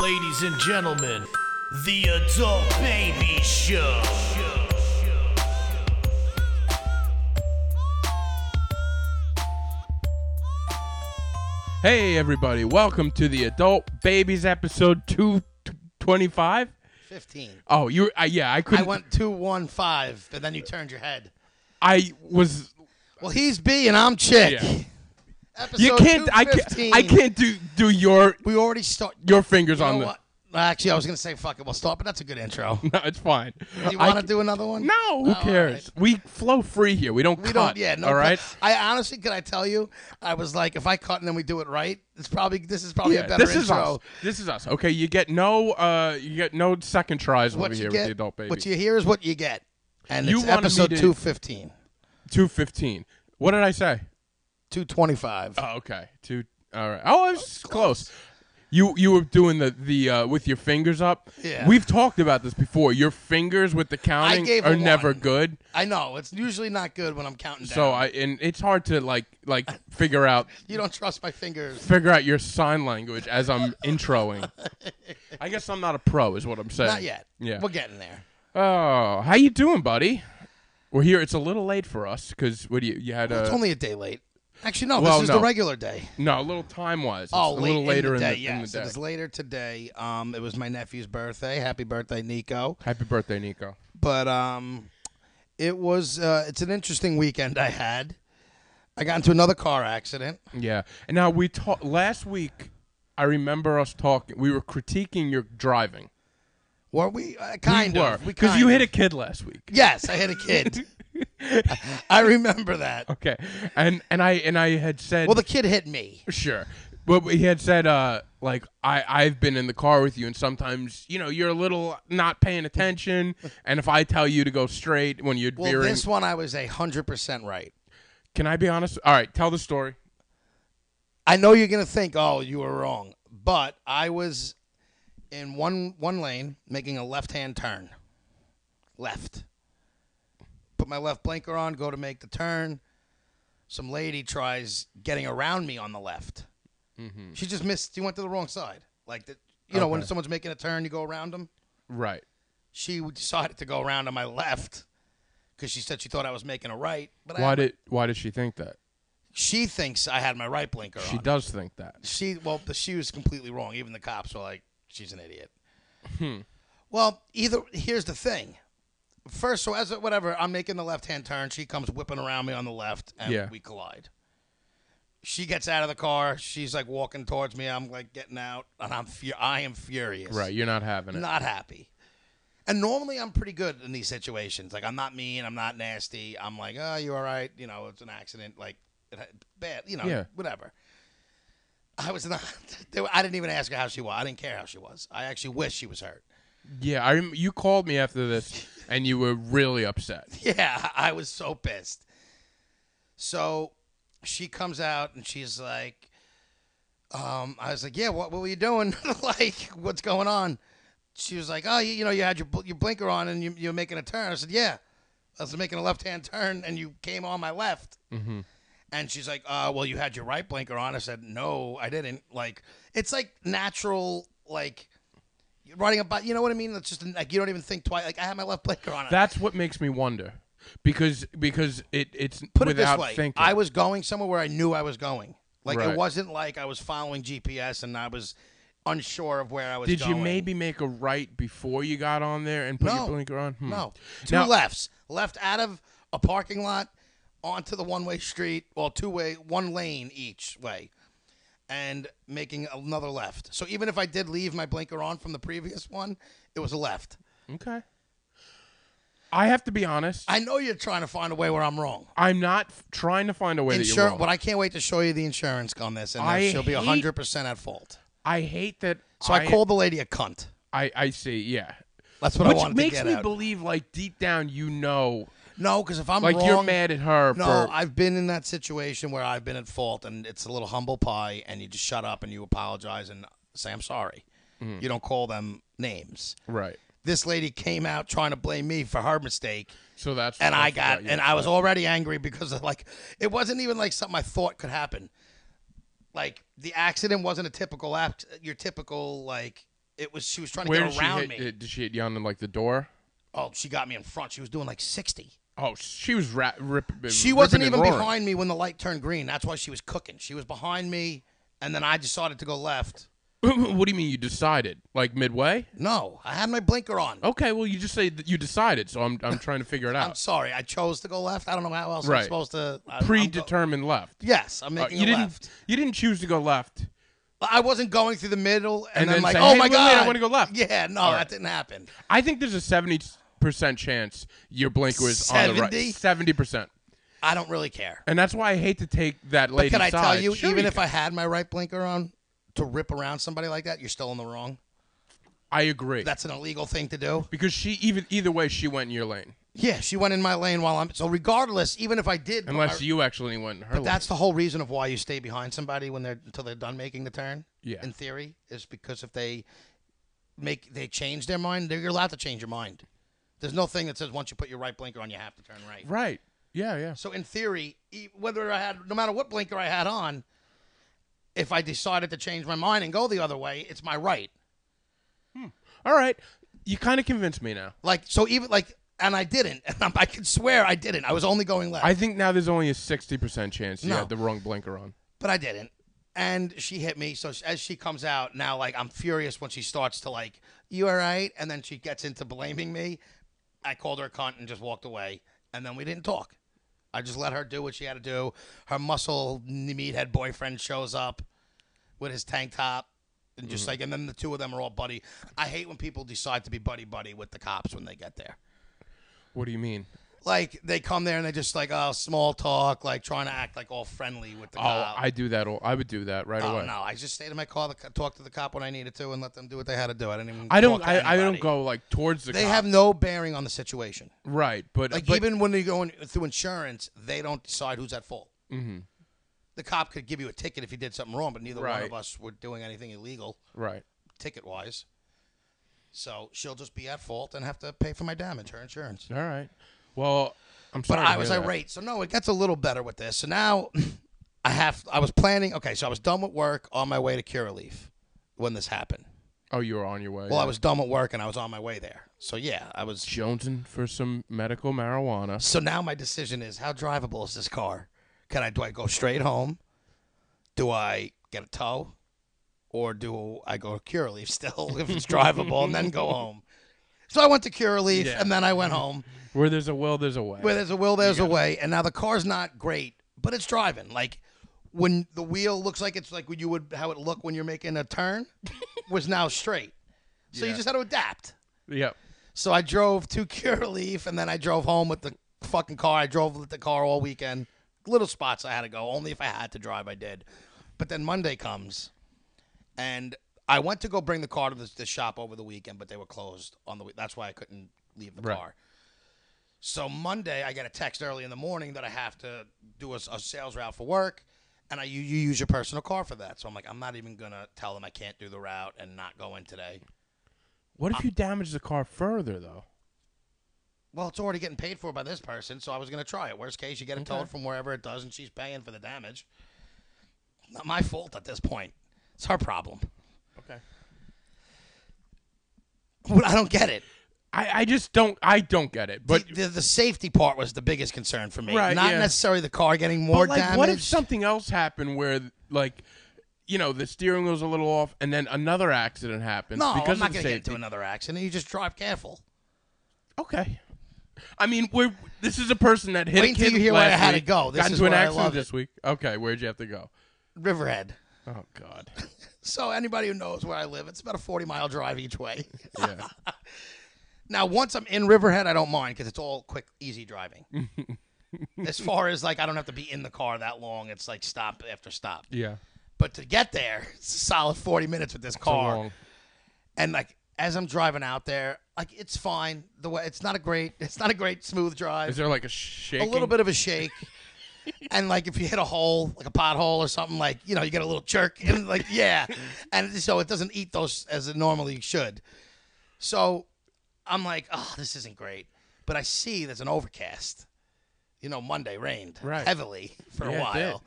Ladies and gentlemen, the Adult Baby Show. Hey, everybody, welcome to the Adult Babies episode 225. 15. Oh, you uh, yeah, I I couldn't. I, went 215, and then you turned your head. was. Well, he's B and I'm Chick. Yeah. Episode You can't. I 215. can't. I can't do do your We already start. your fingers You know on the. what? Actually, I was going to say fuck it. We'll stop, but that's a good intro. No, it's fine. Do you I want to ca- do another one? No, who all cares? We flow free here. We don't We cut. don't. Yeah. No. all right. I honestly, could I tell you? I was like, if I cut and then we do it right, it's probably this is probably Yeah, a better this is intro. us. This is us. Okay, you get no. Uh, you get no second tries What over you here get, with the Adult Babies. what you hear is what you get, and You it's wanted me episode to- 215, 215. What did I say? 225. Oh, okay. Two. All right. Oh, I was close. You you were doing the the uh, with your fingers up. Yeah. We've talked about this before. Your fingers with the counting gave a are never one. good. I know it's usually not good when I'm counting down. So I and it's hard to like like figure out you don't trust my fingers. figure out your sign language as I'm introing. I guess I'm not a pro, is what I'm saying. Not yet. Yeah. We're getting there. Oh, how you doing, buddy? We're here. It's a little late for us because what do you you had a It's only a day late. Actually, no. Uh, well, this is no. the regular day. no a little time wise. It's a Oh, little late later in the day. in the, yes, day. it was later today. Um, it was my nephew's birthday. Happy birthday, Nico. Happy birthday, Nico. But um, it was. Uh, it's an interesting weekend I had. I got into another car accident. Yeah. And now we talked last week. I remember us talking. We were critiquing your driving. Were we uh, kind we were, of? We because you kind hit a of. kid last week. Yes, I hit a kid. I remember that. Okay. And and I and I had said Well, the kid hit me. sure, but he had said uh like I I've been in the car with you, and sometimes you know you're a little not paying attention, and if I tell you to go straight when you're Well, veering, this one I was a hundred percent right. can I be honest? All right, tell the story. I know you're gonna think, oh, you were wrong, but I was in one one lane making a left hand turn. Left. Put my left blinker on, go to make the turn. Some lady tries getting around me on the left. She just missed. She went to the wrong side. Like the, you know, when Mm-hmm. Okay. someone's making a turn, you go around them. Right. She decided to go around on my left because she said she thought I was making a right. But I Why had my- did Why did she think that? she thinks I had my right blinker on? She does think that. she well the- she was completely wrong even the cops were like she's an idiot Hmm. well either here's the thing first so as a, whatever i'm making the left hand turn she comes whipping around me on the left and Yeah. we collide she gets out of the car she's like walking towards me i'm like getting out and i'm fu- i am furious Right. You're not having it. not happy and normally i'm pretty good in these situations like i'm not mean i'm not nasty i'm like oh you all right you know it's an accident like it ha- bad you know Yeah. whatever i was not they were- i didn't even ask her how she was i didn't care how she was i actually wish she was hurt Yeah, I rem- you called me after this, and you were really upset. yeah i was so pissed so she comes out and she's like um, i was like yeah what, what were you doing like what's going on she was like oh you, you know you had your, bl- your blinker on and you, you were making a turn i said yeah I was making a left hand turn and you came on my left. And she's like, uh, well, you had your right blinker on. I said, no, I didn't. Like, it's like natural, like, you're riding a bike. You know what I mean? It's just like, you don't even think twice. Like, I had my left blinker on. That's what makes me wonder, because because it it's Put it without this way thinking. I was going somewhere where I knew I was going. Like, Right. it wasn't like I was following GPS and I was unsure of where I was Did going. you maybe make a right before you got on there and put your No. blinker on? Hmm. No. Two Now- lefts. Left out of a parking lot onto the one way street, well, two way, one lane each way, and making another left. So even if I did leave my blinker on from the previous one, it was a left. Okay. I have to be honest. I know you're trying to find a way where I'm wrong. I'm not f- trying to find a way that you're Insurance, wrong. but I can't wait to show you the insurance on this, and I then she'll be hate- 100% at fault. I hate that. So I, called the lady a cunt. I I see. Yeah. That's what Which I wanted makes to get me at. believe, like deep down, you know, no, because if I'm like wrong, you're mad at her. No, for, I've been in that situation where I've been at fault, and it's a little humble pie, and you just shut up and you apologize and say I'm sorry. You don't call them names. right. This lady came out trying to blame me for her mistake, So that's and I that's got what- and I was already angry because of like it wasn't even like something I thought could happen. Like the accident wasn't a typical act, your typical like It was she was trying to Where did get she around hit? me. Did did she hit you on like the door? Oh, she got me in front. She was doing like sixty. Oh, she was ra- rip, She ripping wasn't and even roaring. behind me when the light turned green. That's why she was cooking. She was behind me, and then I decided to go left. what do you mean you decided? Like midway? No, I had my blinker on. Okay, well you just say that you decided, so I'm I'm trying to figure it I'm out. sorry. I chose to go left. I don't know how else Right. I'm supposed to. I- I'm go- Predetermined left. yes, I'm Uh, making you a didn't left. you didn't choose to go left. I wasn't going through the middle, and, And then, then like, say, oh "Hey, my wait, wait, god, I wanna go left." Yeah, no, that didn't happen. I think there's a seventy percent chance your blinker is on the 70? right. Seventy percent. I don't really care. And that's why I hate to take that But lady. can I tell side. you, Sure even you if I had my right blinker on, to rip around somebody like that, you're still in the wrong. I agree. That's an illegal thing to do. because she even either way she went in your lane. Yeah, she went in my lane while I'm. So regardless, even if I did, put Unless my- you actually went in her lane. that's the whole reason of why you stay behind somebody when they're until they're done making the turn. Yeah. In theory, is because if they make they change their mind, they're, you're allowed to change your mind. There's no thing that says once you put your right blinker on, you have to turn right. Right. Yeah, yeah. So in theory, e- whether I had no matter what blinker I had on, if I decided to change my mind and go the other way, it's my right. All right. You kind of convinced me now. Like so, even like, and I didn't, and I'm, I can swear I didn't. I was only going left. I think now there's only a 60% chance you No. had the wrong blinker on. but I didn't. And she hit me. So as she comes out now, like I'm furious when she starts to like, "You all right?" And then she gets into blaming me. I called her a cunt and just walked away. And then we didn't talk. I just let her do what she had to do. Her muscle meathead boyfriend shows up with his tank top and just like, and then the two of them are all buddy. I hate when people decide to be buddy buddy with the cops when they get there What do you mean? like they come there and they just like oh small talk like trying to act like all friendly with the Oh, cop. I do that. All, I would do that right oh, away. no, I just stayed in my car, the, co- talked to the cop when I needed to, and let them do what they had to do. I didn't even. I don't. talk to I, I don't anybody. go like towards the. They cop. have no bearing on the situation. right, but Like but- even when they're going through insurance, they don't decide who's at fault. Mm-hmm. The cop could give you a ticket if you did something wrong, but neither one Right. of us were doing anything illegal, right. ticket wise. So she'll just be at fault and have to pay for my damage, her insurance. All right. Well, I'm but sorry. I to was hear that. irate. So no, it gets a little better with this. So now I have I was planning. Okay, so I was done with work on my way to Curaleaf when this happened. Oh, you were on your way. Well, I was done with work and I was on my way there. So yeah, I was. jonesing for some medical marijuana. So now my decision is how drivable is this car? Can I do I go straight home? Do I get a tow, or do I go to Curaleaf still if it's drivable and then go home? So I went to Curaleaf Yeah. Mm-hmm. and then I went home. Where there's a will, there's a way. Where there's a will, there's a way. And now the car's not great, but it's driving. Like when the wheel looks like it's like when you would how it looked when you're making a turn was now straight. So you Yeah. just had to adapt. yep. So I drove to Cureleaf and then I drove home with the fucking car. I drove with the car all weekend. Little spots I had to go. Only if I had to drive, I did. But then Monday comes and I went to go bring the car to the, the shop over the weekend, but they were closed on the week. That's why I couldn't leave the Right. car. So Monday, I get a text early in the morning that I have to do a, a sales route for work, and I you, you use your personal car for that. So I'm like, I'm not even gonna tell them I can't do the route and not go in today. What if you damage the car further though? Well, it's already getting paid for by this person, so I was gonna try it. Worst case, you get it towed from wherever it does, and she's paying for the damage. Not my fault at this point. It's her problem. Okay. But I don't get it. I, I just don't. I don't get it. But the, the, the safety part was the biggest concern for me. Right, Not yeah. necessarily the car getting more But, like, damaged. What if something else happened where, like, you know, the steering wheel's a little off, and then another accident happens No, because I'm not of the going to get into safety? another accident. You just drive careful. Okay. I mean, we're this is a person that hit Wait a until kid you hear last where I had to week, go. This got is into an where I accident love it. this week. Okay, where'd you have to go? Riverhead. Oh God. So anybody who knows where I live, it's about a 40 mile drive each way. Yeah. now, once I'm in Riverhead, I don't mind because it's all quick, easy driving. as far as like, I don't have to be in the car that long. It's like stop after stop. yeah. But to get there, it's a solid 40 minutes with this So car. long. and like as I'm driving out there, like it's fine. The way it's not a great, it's not a great smooth Is drive. there like a shake? A little bit of a shake, and like if you hit a hole, like a pothole or something, like you know you get a little jerk, and like yeah, and so it doesn't eat those as it normally should. So I'm like, oh, this isn't great. But I see there's an overcast. You know, Monday rained Right. heavily for Yeah, a it while. did.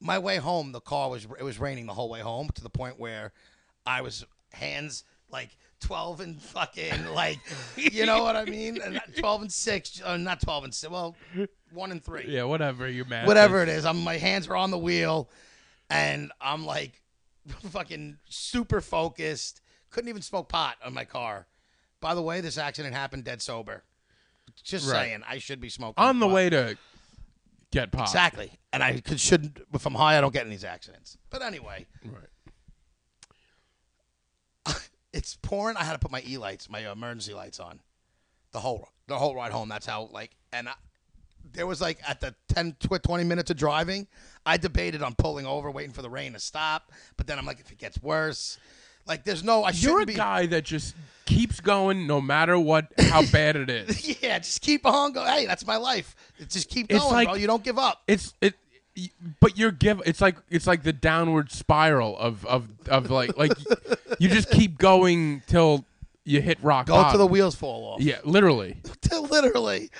My way home, the car was it was raining the whole way home to the point where I was hands like 12 and fucking like you know what I mean? And not 12 and 6 uh, not 12 and 6 well 1 and 3. Yeah, whatever you mad. Whatever it is. I'm my hands are on the wheel and I'm like fucking super focused. Couldn't even smoke pot on my car. By the way, this accident happened dead sober. Just Right. saying, I should be smoking On the pot. way to get popped. Exactly. And I could, shouldn't, if I'm high, I don't get in these accidents. But anyway, Right. it's pouring. I had to put my E lights, my emergency lights on, the whole the whole ride home. That's how like, and I, there was like at the 10, tw- 20 minutes of driving, I debated on pulling over, waiting for the rain to stop. But then I'm like, if it gets worse, like there's no, You're I a shouldn't be. guy that just keeps going no matter what, how bad it is. Yeah, just keep on going. Hey, that's my life. Just keep It's going, like- bro. You don't give up. It's it, y- but you're give. It's like it's like the downward spiral of of of like like you just keep going till you hit rock. Go till bottom. the wheels fall off. Yeah, literally. literally.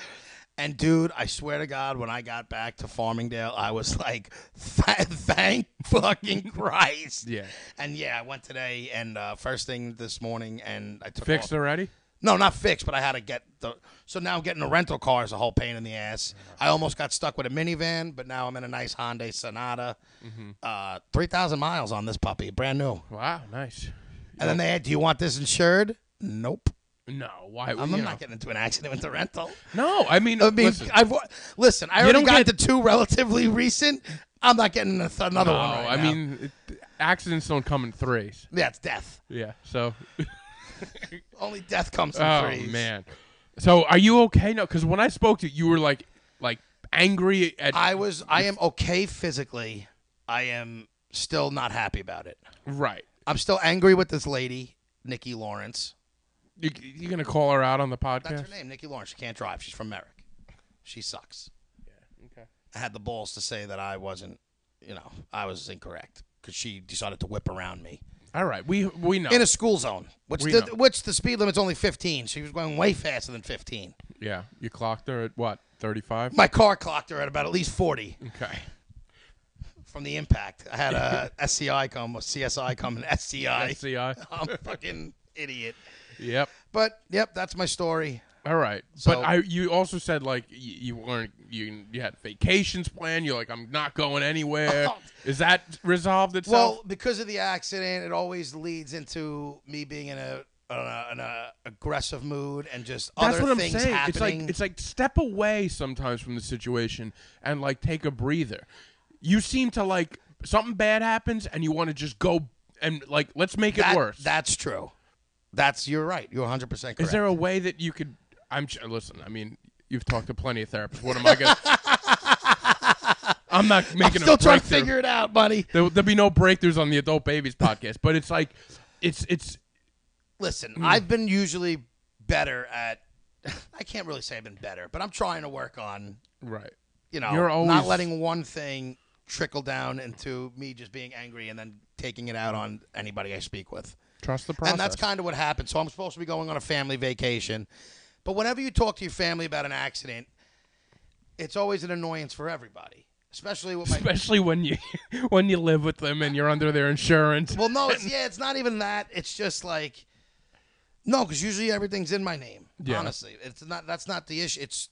And dude, I swear to God, when I got back to Farmingdale, I was like, "Tha- "Thank fucking Christ!" Yeah. And yeah, I went today, and uh, first thing this morning, and I took Fixed off. already. No, not fixed, but I had to get the. So now getting a rental car is a whole pain in the ass. I almost got stuck with a minivan, but now I'm in a nice Hyundai Sonata. Mm-hmm. Uh, Three thousand miles on this puppy, brand new. Wow, nice. And then they had, "Do you want this insured?" Nope. No, why? I'm, you I'm know. not getting into an accident with the rental. No, I mean, I mean, listen, I've listen. I already don't got get- the two relatively recent. I'm not getting a th- another no, one. Right Oh, I now. mean, it, accidents don't come in threes. yeah, it's death. Yeah. So, Only death comes in oh threes. man. So, are you okay now? Because when I spoke to you, you were like, like angry at I was. I am okay physically. I am still not happy about it. right. I'm still angry with this lady, Nikki Lawrence. You, you gonna call her out on the podcast? That's her name, Nikki Lawrence. She can't drive. She's from Merrick. She sucks. Okay. I had the balls to say that I wasn't. You know, I was incorrect because she decided to whip around me. All right, we we know. in a school zone, which We the, know. which the speed limit's only 15. She was going way faster than 15. yeah, you clocked her at what thirty five? My car clocked her at about at least 40 Okay. from the impact. I had a SCI come, a CSI come, an SCI. SCI. I'm a fucking idiot. uh, Yep. But yep, that's my story. All right, So- but I you also said like you, you weren't you you had vacations planned. You're like I'm not going anywhere. Is that resolved itself? Well, because of the accident, it always leads into me being in a in a, in a aggressive mood and just that's other what I'm things saying. happening. It's like it's like step away sometimes from the situation and like take a breather. You seem to like something bad happens and you want to just go and like let's make That- it worse. That's true. That's you're right. You're 100 percent correct. Is there a way that you could? I'm ch- listen. I mean, you've talked to plenty of therapists. What am I gonna? I'm not I'm making still a trying to breakthrough. figure it out, buddy. There, there'll be no breakthroughs on the Adult Babies podcast, but it's like, it's it's listen, Hmm. I've been usually better at. I can't really say I've been better, but I'm trying to work on right. you know You're always- not letting one thing trickle down into me just being angry and then taking it out on anybody I speak with. Trust the process. And that's kind of what happened. So I'm supposed to be going on a family vacation, but whenever you talk to your family about an accident, it's always an annoyance for everybody, especially with my especially when you when you live with them and you're under their insurance. Well, no, it's yeah, it's not even that. It's just like no, because usually everything's in my name. Yeah. Honestly, it's not. That's not the issue. It's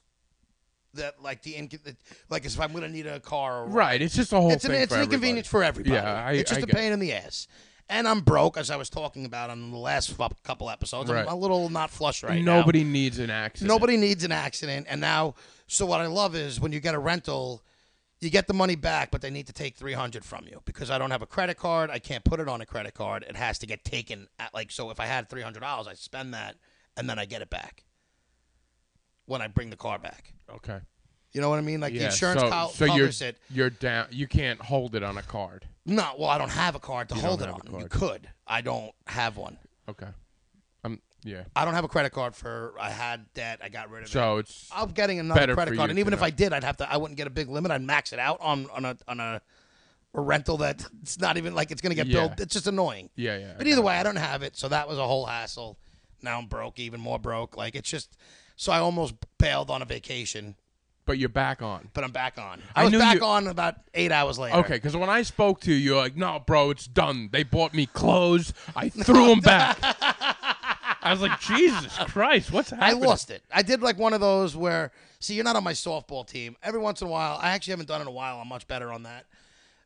that like the inc- like if I'm gonna need a car. Or, right. It's just a whole It's an thing. it's for an everybody. inconvenience for everybody. Yeah, I- it's just I a get pain in the ass. And I'm broke, as I was talking about on the last fu- couple episodes. Right. I'm a little not flush right now. Nobody needs an accident. Nobody needs an accident. And now, so what I love is when you get a rental, you get the money back, but they need to take 300 from you because I don't have a credit card. I can't put it on a credit card. It has to get taken at like, so if I had $300, I spend that and then I get it back when I bring the car back. Okay. You know what I mean? Like the Yeah, insurance so, co- so covers you're, it. You're down. You can't hold it on a card. No, well, I don't have a card to hold it have on. a You card. could. I don't have one. Okay. I'm yeah. I don't have a credit card for, I had debt. I got rid of it. So it's I'm getting another Better credit for card, you and even to if know. I did, I'd have to. I wouldn't get a big limit. I'd max it out on on a on a, a rental that it's not even like it's going to get Yeah. billed. It's just annoying. yeah yeah. But either way, I don't have it, so that was a whole hassle. Now I'm broke, even more broke. Like it's just, so I almost bailed on a vacation. but you're back on. but I'm back on. I I was knew back you- on about eight hours later. Okay, because when I spoke to you, you're like, no, bro, it's done. They bought me clothes. I threw them back. I was like, Jesus Christ, what's I happening? lost it. I did like one of those where, see, you're not on my softball team. Every once in a while, I actually haven't done it in a while. I'm much better on that.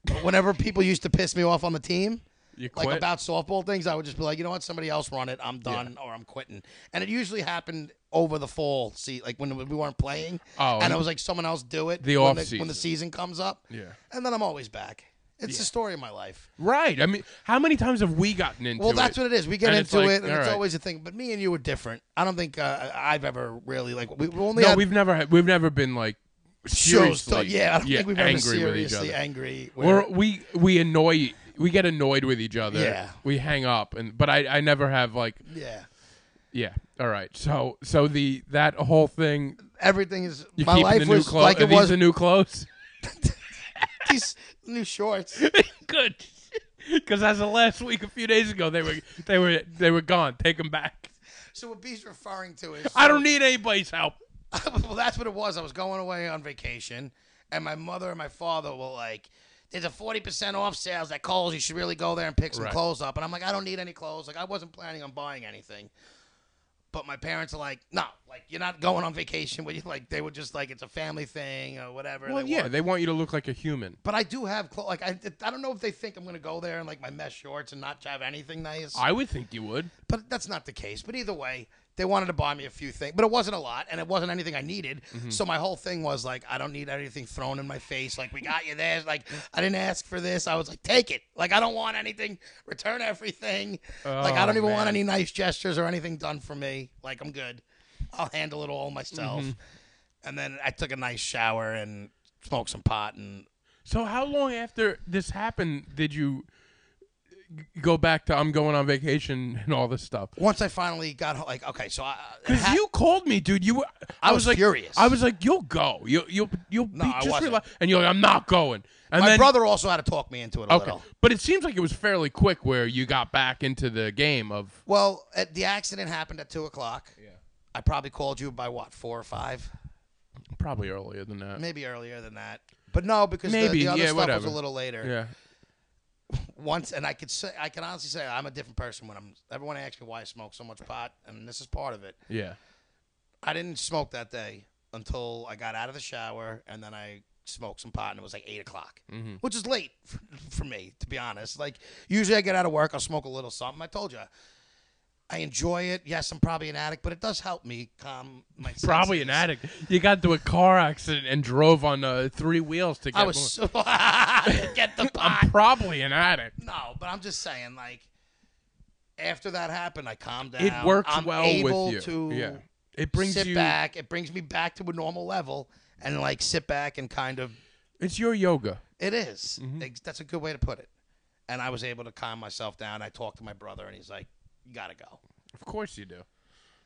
But whenever people used to piss me off on the team, You like quit? about softball things, I would just be like, you know what, somebody else run it. I'm done or I'm quitting. And it usually happened over the fall, see, like when we weren't playing. Oh, and and- it was like someone else do it The when off when the season. season comes up. Yeah. And then I'm always back. It's the story of my life. Right. I mean, how many times have we gotten into Well, that's it? what it is. We get And it's into like, it, and all it's right. always a thing. But me and you were different. I don't think uh, I've ever really like we we only No, had we've never had, we've never been like shows. seriously, so- yeah, I don't think we've ever angry with each seriously other. angry. where- We're, we we annoy we get annoyed with each other. Yeah. We hang up and but I I never have like yeah, yeah. All right. So so the that whole thing everything is. you my keeping life the new was clothes like are it these was. the new clothes? These new shorts. Good. Cuz as of last week a few days ago they were they were they were gone. Take them back. So what B's referring to is I don't need anybody's help. well, that's what it was. I was going away on vacation, and my mother and my father were like, "There's a forty percent off sales at Kohl's. You should really go there and pick some Right. clothes up." And I'm like, "I don't need any clothes. Like, I wasn't planning on buying anything." But my parents are like, "No, like you're not going on vacation with you." Like they were just like, "It's a family thing or whatever." Well, they yeah, want. they want you to look like a human. But I do have clothes. Like I, I don't know if they think I'm gonna go there in like my mesh shorts and not have anything nice. I would think you would. But that's not the case. But either way, they wanted to buy me a few things, but it wasn't a lot, and it wasn't anything I needed. Mm-hmm. So my whole thing was like, I don't need anything thrown in my face. Like we got you this. Like I didn't ask for this. I was like, take it. Like I don't want anything. Return everything. like I Oh, don't even want man. any nice gestures or anything done for me. Like I'm good. I'll handle it all myself. Mm-hmm. And then I took a nice shower and smoked some pot and So how long after this happened did you g- go back to I'm going on vacation and all this stuff? once I finally got ho- like okay, so I Because you called me, dude. You were, I, I was, was like, furious. I was like, you'll go. You you you'll No, be I just wasn't. rela-" and you're like, I'm not going. And my then brother also had to talk me into it a okay, little. but it seems like it was fairly quick where you got back into the game of Well, uh, the accident happened at two o'clock. Yeah. I probably called you by what four or five, probably earlier than that. maybe earlier than that. But no, because the- Maybe, the, other yeah, stuff was whatever. a little later. Yeah, Once, and I could say, I can honestly say, I'm a different person when I'm. Everyone asks me why I smoke so much pot, and this is part of it. yeah. I didn't smoke that day until I got out of the shower, and then I smoked some pot, and it was like eight o'clock, Mm-hmm. which is late for, for me, to be honest. Like usually, I get out of work, I'll smoke a little something. I told you, I enjoy it. Yes, I'm probably an addict, but it does help me calm my. Probably an senses. addict. You got into a car accident and drove on uh, three wheels to get. I was more- so get the pot. I'm probably an addict. no, but I'm just saying, like after that happened, I calmed down. It works I'm well able with you. To yeah, it brings sit you back. It brings me back to a normal level and like sit back and kind of. It's your yoga. It is. Mm-hmm. Ex- That's a good way to put it. And I was able to calm myself down. I talked to my brother, and he's like, "You gotta go. Of course you do.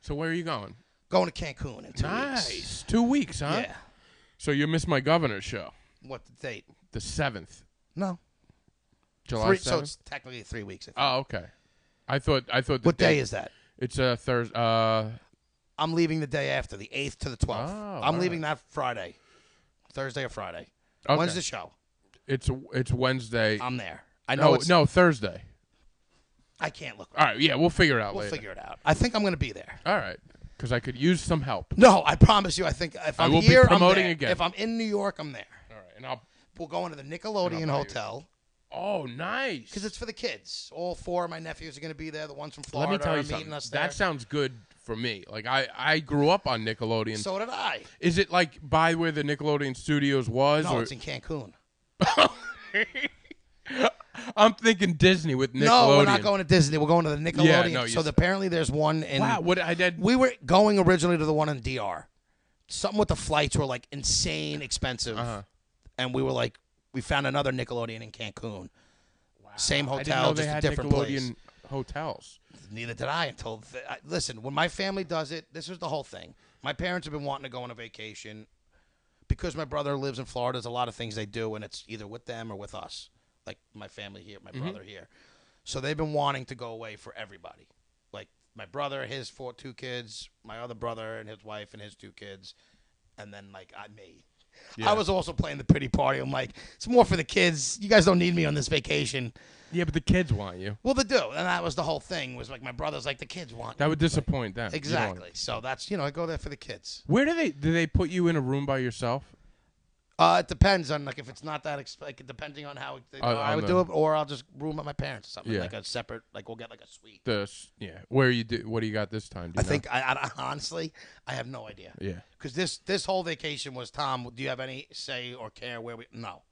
So where are you going? Going to Cancun in two weeks." Nice. Two weeks, huh? Yeah. So you missed my governor's show, What the date? the seventh, No. July Three, so seventh. it's technically three weeks. I think. oh, okay. I thought I thought. The what day is that? It's a Thursday. Uh, I'm leaving the day after, the eighth to the twelfth. Oh, I'm all leaving that Friday, Thursday or Friday. Okay. When's the show? it's it's Wednesday. I'm there. I know Um, no, it's no Thursday. I can't look. All right. Yeah, we'll figure it out We'll later. figure it out. I think I'm going to be there. All right, because I could use some help. No, I promise you. I think if I I'm will be here, promoting I'm there. again. If I'm in New York, I'm there. All right, and I'll. We'll go into the Nickelodeon Hotel Oh, nice. because it's for the kids. All four of my nephews are going to be there. The ones from let Florida me tell you are meeting something. us there. That sounds good for me. Like I I grew up on Nickelodeon. so did I. is it like by where the Nickelodeon Studios was? No, or? it's in Cancun. I'm thinking Disney with Nickelodeon. No, we're not going to Disney. We're going to the Nickelodeon. no, you so said- apparently there's one in. Wow, what I did. We were going originally to the one in DR. Something with the flights were like insane expensive, Uh-huh. and we were like, we found another Nickelodeon in Cancun. Same I didn't know hotel, they just a had different place. Nickelodeon hotels. Neither did I until. Th- I, listen, when my family does it, this is the whole thing. My parents have been wanting to go on a vacation because my brother lives in Florida. There's a lot of things they do, and it's either with them or with us. Like my family here, my brother here. So they've been wanting to go away for everybody. Like my brother, his four two kids, my other brother and his wife and his two kids, and then like I me. I was also playing the pity party. I'm like, it's more for the kids. You guys don't need me on this vacation. Yeah, but the kids want you. Well, they do, and that was the whole thing. Was like my brother's like the kids want That would disappoint them. You don't want exactly. So that's you know I go there for the kids. Where do they do they put you in a room by yourself? Uh, it depends on like if it's not that exp- like depending on how it- I- I I would do know. it, or I'll just room at my parents or something Yeah. like a separate like we'll get like a suite. The s- yeah, where you do what do you got this time? Do you I know? think I, I honestly I have no idea. yeah. Because this this whole vacation was Tom. Do you have any say or care where we? No,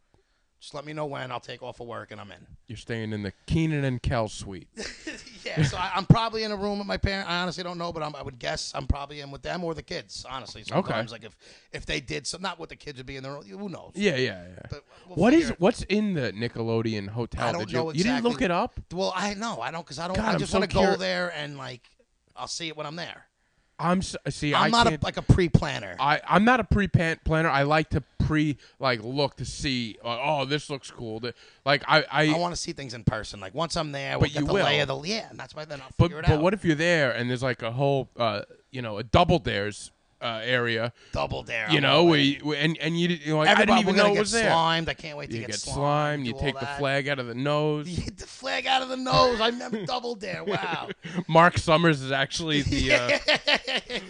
just let me know when I'll take off of work and I'm in. You're staying in the Keenan and Kel suite. yeah, so I, I'm probably in a room with my parents. I honestly don't know, but I'm, I would guess I'm probably in with them or the kids. Honestly, sometimes like if if they did so, not what the kids would be in their own. Who knows? Yeah, yeah, yeah. But we'll What is figure it- what's in the Nickelodeon hotel? I don't Did you, know you didn't look exactly- it up. Well, I no, I don't, because I don't. God, I I'm just so want to go curi- there and like I'll see it when I'm there. I'm s- see. I'm I not a, can't- like a pre-planner. I I'm not a pre planner. I like to pre like look to see. Like, oh, this looks cool. Th- Like I I. I want to see things in person. Like once I'm there, we'll But get you the lay will. of the yeah, and that's why then I'll but figure it but out. what if you're there and there's like a whole uh you know a double dares uh area double dare? you I'm know all where in. you, and and you you're like, I Everybody, didn't we're even gonna know it get was there. slimed. I can't wait You to get, get, slimed. You do take all the that. flag out of the nose. You hit the flag out of the nose. I remember double dare. Wow. Mark Summers is actually the uh,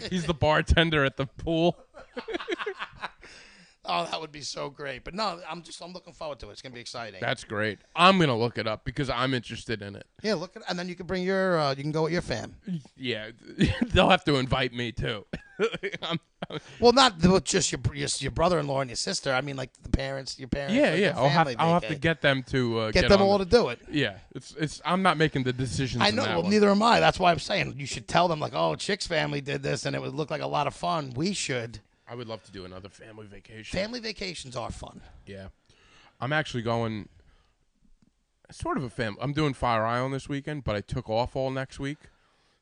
he's the bartender at the pool. Oh, that would be so great. But no, I'm just I'm looking forward to it. It's gonna be exciting. That's great. I'm gonna look it up because I'm interested in it. yeah, look at, and then you can bring your uh, you can go with your fam. Yeah, they'll have to invite me too. I'm- I'm- Well, not the, just your your, your brother-in-law and your sister. I mean, like the parents, your parents. yeah, like, yeah. the I'll have family I'll have to vacay. get them to uh, get, them on all the- to do it. yeah, it's it's. I'm not making the decisions. I in know. that Well, one. neither am I. That's why I'm saying you should tell them like, oh, Chick's family did this, and it would look like a lot of fun. We should. I would love to do another family vacation. Family vacations are fun. yeah, I'm actually going. Sort of a fam. I'm doing Fire Island this weekend, but I took off all next week,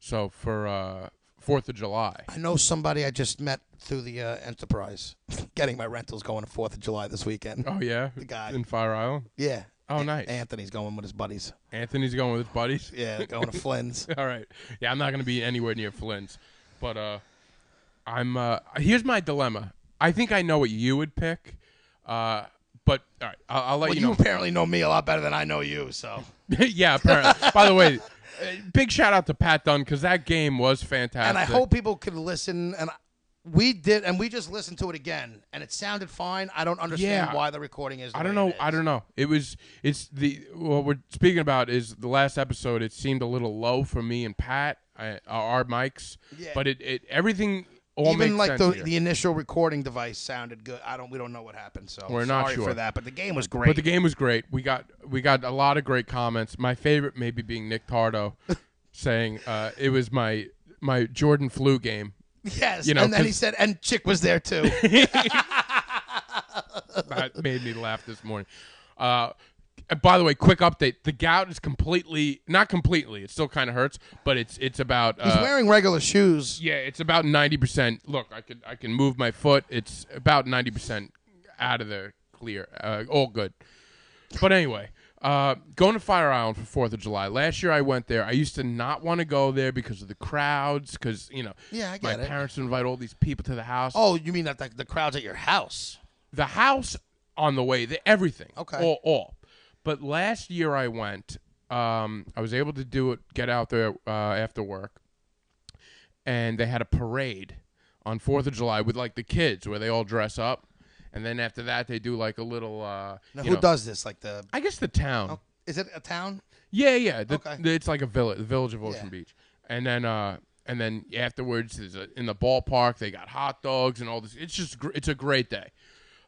so for uh Fourth of July. I know somebody I just met through the uh, enterprise, getting my rentals going the Fourth of July this weekend. Oh yeah, the guy. in Fire Island. Yeah. Oh, A- nice. Anthony's going with his buddies. Anthony's going with his buddies. Yeah, going to Flynn's. All right. Yeah, I'm not going to be anywhere near Flynn's. But uh I'm uh here's my dilemma. I think I know what you would pick. Uh but all right, I'll, I'll let Well, you you, know. apparently know me a lot better than I know you, so yeah, apparently. By the way, uh, big shout out to Pat Dunn cuz that game was fantastic. and I hope people could listen. And I- we did, and we just listened to it again, and it sounded fine. I don't understand Yeah. why the recording is. The I don't way know. it I is. don't know. It was. It's the what we're speaking about is the last episode. It seemed a little low for me and Pat, I, our mics. Yeah. But it, it everything all Even makes like sense the, here. the initial recording device sounded good. I don't. We don't know what happened, so We're not sorry sure. for that. But the game was great. But the game was great. We got we got a lot of great comments. My favorite maybe being Nick Tardo saying uh, it was my my Jordan flu game. yes, you know, and then he 'cause- said, and Chick was there too. That made me laugh this morning. Uh, and by the way, quick update: the gout is completely not completely. It still kind of hurts, but it's it's about. He's Uh, wearing regular shoes. yeah, it's about ninety percent. Look, I can I can move my foot. It's about ninety percent out of the clear. Uh, all good. But anyway, uh, going to Fire Island for Fourth of July. Last year I went there. I used to not want to go there because of the crowds. Because you know, Yeah, I my get it. parents would invite all these people to the house. Oh, you mean that the, the crowds at your house? The house on the way, the everything. Okay. All, all. But last year I went. Um, I was able to do it. Get out there uh, after work, and they had a parade on Fourth of July with like the kids, where they all dress up, and then after that they do like a little. Uh, Now, you who know- does this? Like the I guess the town. is it a town? Yeah, yeah. The, Okay. the- it's like a village, the village of Ocean Yeah. Beach, and then uh, and then afterwards there's a, in the ballpark they got hot dogs and all this. It's just gr- it's a great day.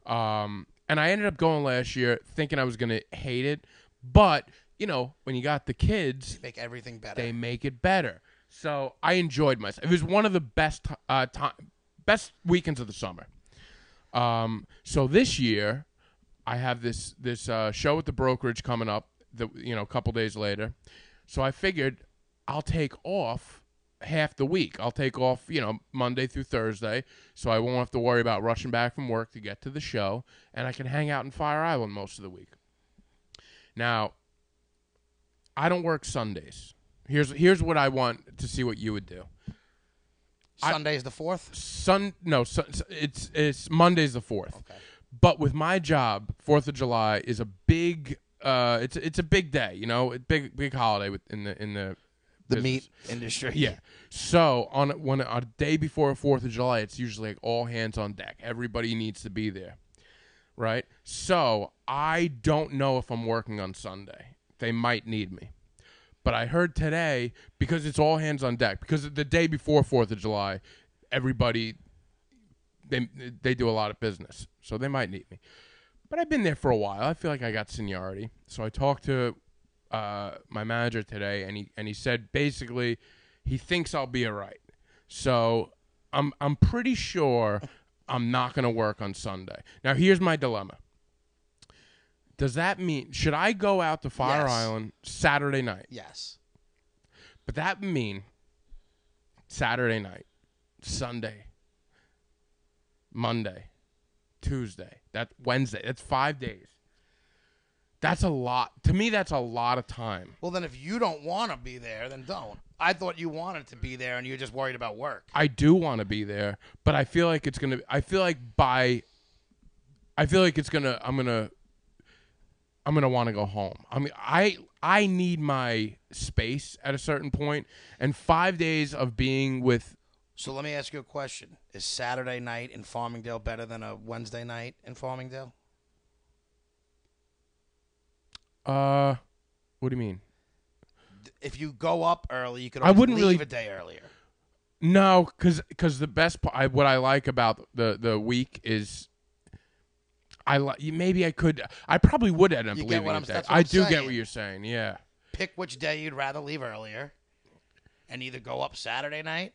Um, and I ended up going last year thinking I was gonna hate it, but you know when you got the kids, Make everything better. they make it better. So I enjoyed myself. It was one of the best uh, time, best weekends of the summer. Um, so this year, I have this this uh, show at the brokerage coming up. The you know a couple days later, so I figured I'll take off half the week. I'll take off you know Monday through Thursday, so I won't have to worry about rushing back from work to get to the show, and I can hang out in Fire Island most of the week. Now, I don't work Sundays. Here's here's what I want to see what you would do. Sunday's the fourth. Sun no, sun, it's it's Monday's the 4th. Okay. But with my job, Fourth of July is a big. Uh, it's it's a big day, you know, a big big holiday with, in the in the The business. meat industry. Yeah. So on when on a day before Fourth of July, it's usually like all hands on deck. Everybody needs to be there, right? So I don't know if I'm working on Sunday. They might need me, but I heard today because it's all hands on deck because the day before Fourth of July, everybody they they do a lot of business, so they might need me. But I've been there for a while. I feel like I got seniority. So I talked to uh, my manager today, and he and he said basically he thinks I'll be all right. So I'm I'm pretty sure I'm not going to work on Sunday. Now here's my dilemma. Does that mean should I go out to Fire Yes. Island Saturday night? Yes. But that mean Saturday night, Sunday, Monday, Tuesday, that Wednesday. That's five days. That's a lot. To me, that's a lot of time. Well, then if you don't want to be there, then don't. I thought you wanted to be there, and you're just worried about work. I do want to be there, but I feel like it's gonna. I feel like by. I feel like it's gonna. I'm gonna. I'm gonna want to go home. I mean, I I need my space at a certain point, and five days of being with So let me ask you a question: Is Saturday night in Farmingdale better than a Wednesday night in Farmingdale? Uh, what do you mean? If you go up early, you could. I always wouldn't leave really- a day earlier. No, cause cause the best part, I, what I like about the the week is. I like maybe I could I probably would end up You get leaving what I'm- it there. that's what I I'm do get saying. what you're saying. Yeah, Pick which day you'd rather leave earlier, and either go up Saturday night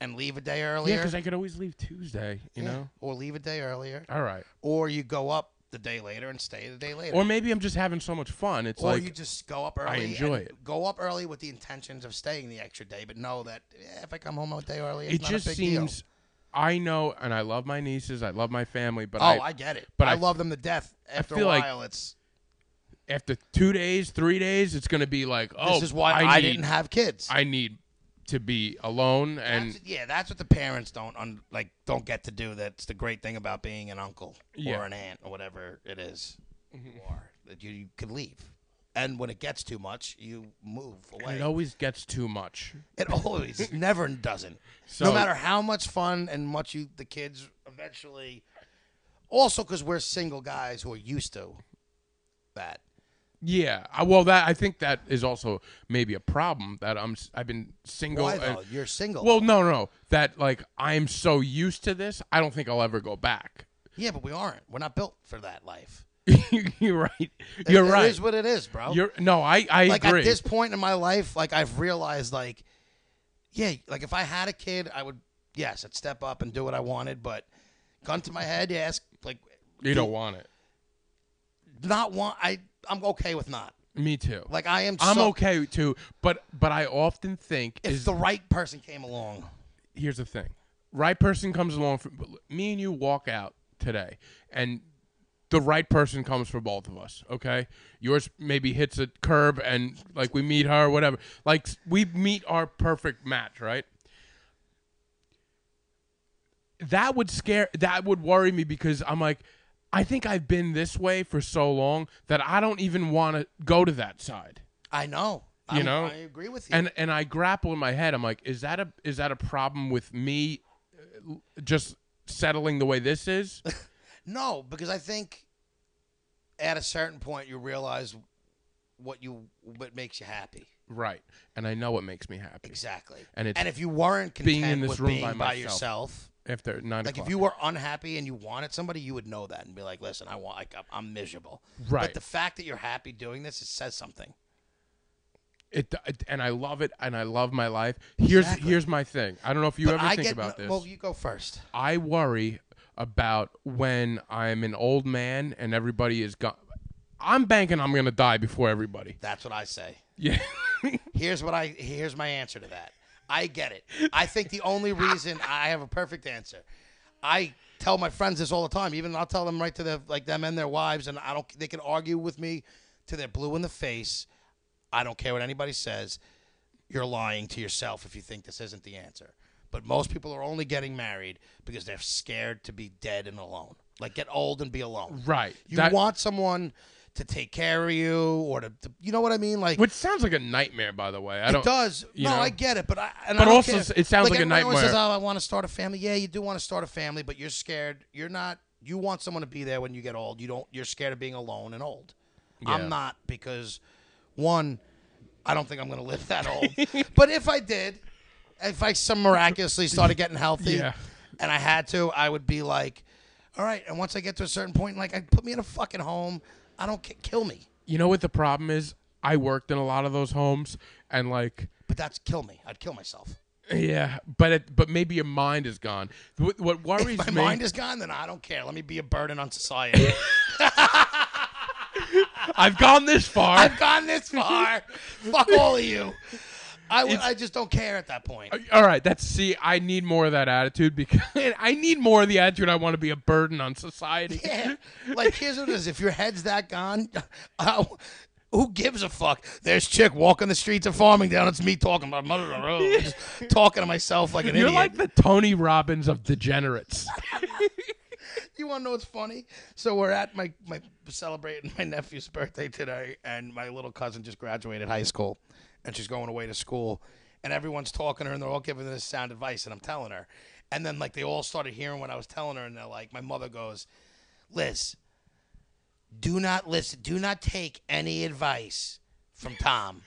and leave a day yeah, earlier, because I could always leave Tuesday. You Yeah, know. or leave a day earlier, All right. or you go up the day later and stay the day later, Or maybe I'm just having so much fun. It's Or like you just go up early. enjoy and it. Go up early with the intentions of staying the extra day, but know that eh, if I come home a day early, it's it not just a big seems. Deal. I know, and I love my nieces. I love my family, but Oh, I, I, get it. but I, I- love them to death. After feel a like- while, it's after two days, three days, it's gonna be like, oh, this is why I, I, need, didn't have kids. I need to be alone and That's- yeah, that's what the parents don't un, like. Don't get to do. That's the great thing about being an uncle Yeah. Mm-hmm. or an aunt or whatever it is, or that you, you can leave. And when it gets too much, you move away. it always gets too much. It always never doesn't. So- no matter how much fun and much you the kids eventually. Also, because we're single guys who are used to that. Yeah. I- Well, that I think that is also maybe a problem that I'm s- I've been single. Why and- though? You're single. well, no, no, that like I'm so used to this, I don't think I'll ever go back. yeah, but we aren't. We're not built for that life. you're right. You're It- right. It is what it is, bro. you're no, I I like agree. at this point in my life, like I've realized, like, yeah, like if I had a kid, I would yes, I'd step up and do what I wanted. But gun to my head, yes, like you don't want it. not want. I I'm okay with not. Me too. Like I am. I'm so, okay too, but but I often think If is the right person came along, here's the thing. Right person comes along for me and you walk out today and the right person comes for both of us, okay? Yours maybe hits a curb and like we meet her whatever. Like we meet our perfect match, right? That would scare that would worry me because I'm like I think I've been this way for so long that I don't even want to go to that side. I know. You I'm- know? I agree with you. and and I grapple in my head. I'm like, is that a is that a problem with me uh, just settling the way this is? no, because I think at a certain point you realize what you what makes you happy. right. And I know what makes me happy Exactly. And it's and if you weren't content being in this with room being by by, myself. yourself after nine Like o'clock. if you were unhappy and you wanted somebody, you would know that and be like, "Listen, I want, like, I'm- I'm miserable." Right. But the fact that you're happy doing this, it says something. it, it- and I love it, and I love my life. Here's Exactly. here's my thing. I don't know if you But ever I think get, about this. Well, you go first. I worry about when I'm an old man and everybody is gone. I'm banking I'm gonna die before everybody. That's what I say. Yeah. Here's what I. Here's my answer to that. I get it. I think the only reason I have a perfect answer, I tell my friends this all the time. Even I'll tell them right to the like them and their wives, and I don't. They can argue with me to their blue in the face. I don't care what anybody says. You're lying to yourself if you think this isn't the answer. But most people are only getting married because they're scared to be dead and alone. Like get old and be alone. Right. You That- want someone to take care of you or to, to- you know what I mean? Like Which sounds like a nightmare, by the way. I it don't. does. you No, know? I get it, but I and But I don't also care. s- it sounds like a everyone always nightmare. Says, "Oh, I want to start a family." Yeah, you do want to start a family, but you're scared. You're not. You want someone to be there when you get old. You don't. You're scared of being alone and old. Yeah. I'm not because one, I don't think I'm going to live that old. but if I did, if I some miraculously started getting healthy, Yeah. and I had to, I would be like, "All right." And once I get to a certain point, like, I put me in a fucking home. I don't ca- kill me, You know what the problem is? I worked in a lot of those homes, and like, but that's kill me. I'd kill myself. yeah, but it, but maybe your mind is gone. What, what worries My me? mind is gone, then I don't care. Let me be a burden on society. I've gone this far. I've gone this far. Fuck all of you. I, w- I just don't care at that point. All right, that's see. I need more of that attitude because I need more of the attitude. I want to be a burden on society. Yeah. Like, here's what it is. If your head's that gone, uh, who gives a fuck? There's chick walking the streets of Farmingdale. It's me talking about mother of the road. Just talking to myself like an You're idiot. like the Tony Robbins of degenerates. You want to know what's funny? So we're at my my celebrating my nephew's birthday today, and my little cousin just graduated high school, and she's going away to school, and everyone's talking to her, and they're all giving her this sound advice, and I'm telling her, and then like they all started hearing what I was telling her, and they're like, my mother goes, Liz, do not listen, do not take any advice from Tom.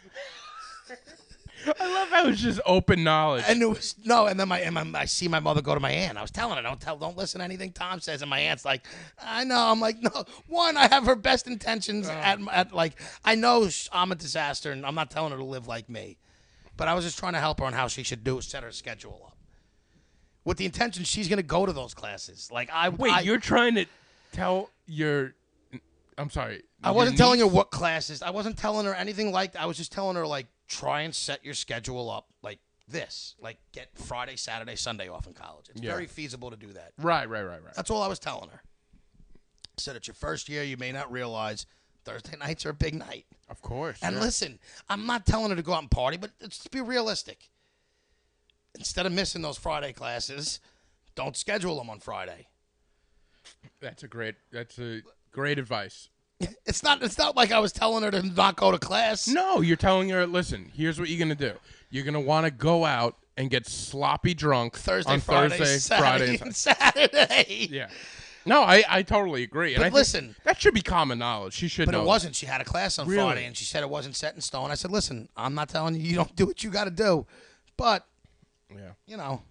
I love how it's just open knowledge. And it was no, and then my, and my I see my mother go to my aunt. I was telling her, don't tell, don't listen to anything Tom says. And my aunt's like, I know. I'm like, no. One, I have her best intentions. At, at like, I know sh- I'm a disaster, and I'm not telling her to live like me. But I was just trying to help her on how she should do set her schedule up, with the intention she's going to go to those classes. Like I Wait, I, you're trying to tell your? I'm sorry. I wasn't telling her what classes. I wasn't telling her anything like that. I was just telling her like try and set your schedule up like this. Like get Friday, Saturday, Sunday off in college. It's Yeah. very feasible to do that. Right, right, right, right. That's all I was telling her. Said it's your first year, you may not realize Thursday nights are a big night. Of course. And yeah. listen, I'm not telling her to go out and party, but let's be realistic. Instead of missing those Friday classes, don't schedule them on Friday. that's a great. That's a great advice. It's not. It's not like I was telling her to not go to class. No, you're telling her. Listen, here's what you're gonna do. You're gonna want to go out and get sloppy drunk Thursday, on Friday, Thursday, Friday, Saturday, and and Saturday. Yeah. No, I, I totally agree. and But I think listen- that should be common knowledge. She should But know. it wasn't. She had a class on Really? Friday, and she said it wasn't set in stone. I said, "Listen, I'm not telling you. You don't do what you got to do, but Yeah. you know,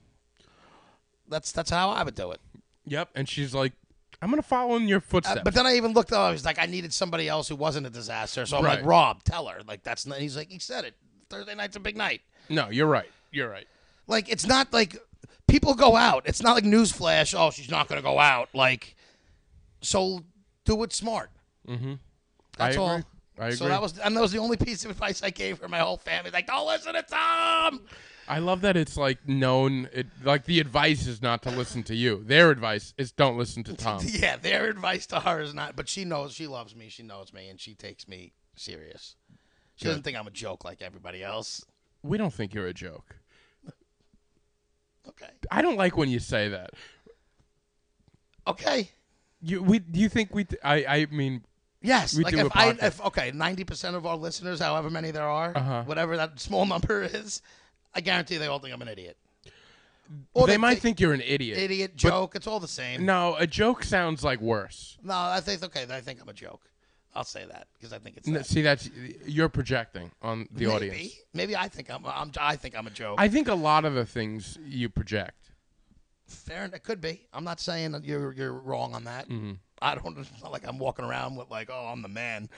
that's that's how I would do it." Yep. And she's like, I'm gonna follow in your Uh, footsteps. but then I even looked. up, I was like, I needed somebody else who wasn't a disaster. So I'm Right. like, Rob, tell her. Like that's not. He's like, he said it. Thursday night's a big night. no, you're right. You're right. Like it's not like people go out. It's not like newsflash. Oh, she's not going to go out. Like, so do it smart. Mm-hmm. That's I all. agree. I So agree. that was and that was the only piece of advice I gave her. My whole family like, don't listen to Tom. I love that it's like known. It, like the advice is not to listen to you. Their advice is don't listen to Tom. Yeah, their advice to her is not. But she knows. She loves me. She knows me, and she takes me serious. She doesn't think I'm a joke like everybody else. we don't think you're a joke. Okay. I don't like when you say that. Okay. You we do you think we? Th- I I mean, Yes. We like do if a I podcast. if okay, ninety percent of our listeners, however many there are, Uh-huh. whatever that small number is, I guarantee they all think I'm an idiot. they, might think you're an idiot. idiot joke. it's all the same. No, No, a joke sounds like worse. I think okay. I think I'm a joke. I'll say that because I think it's N- that. See, that's you're projecting on the Maybe. audience. Maybe I think I'm, I'm. I think I'm a joke. I think a lot of the things you project. Fair, it could be. I'm not saying that you're you're wrong on that. Mm-hmm. I don't. It's not like I'm walking around with like, oh, I'm the man.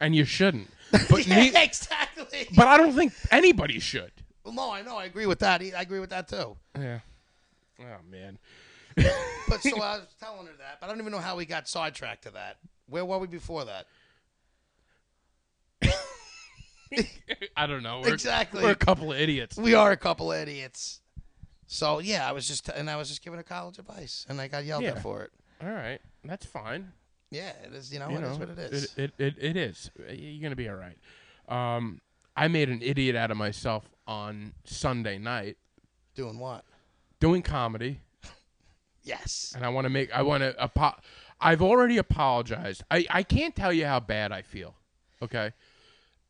and you shouldn't. But Yeah, me, exactly. but I don't think anybody should. Well, no, I know. I agree with that. I agree with that too. Yeah. Oh man. But so I was telling her that. But I don't even know how we got sidetracked to that. Where were we before that? I don't know. We're, Exactly. We're a couple of idiots. We are a couple of idiots. So yeah, I was just and I was just giving her college advice, and I got yelled Yeah. at for it. All right, that's fine. Yeah, it is. You know, You Oh, it know, is what it is. It, it, it, it is. You're gonna be all right. Um, I made an idiot out of myself on Sunday night Doing what? doing comedy. Yes. and I want to make I want to apo- I've already apologized. I I can't tell you how bad I feel. Okay,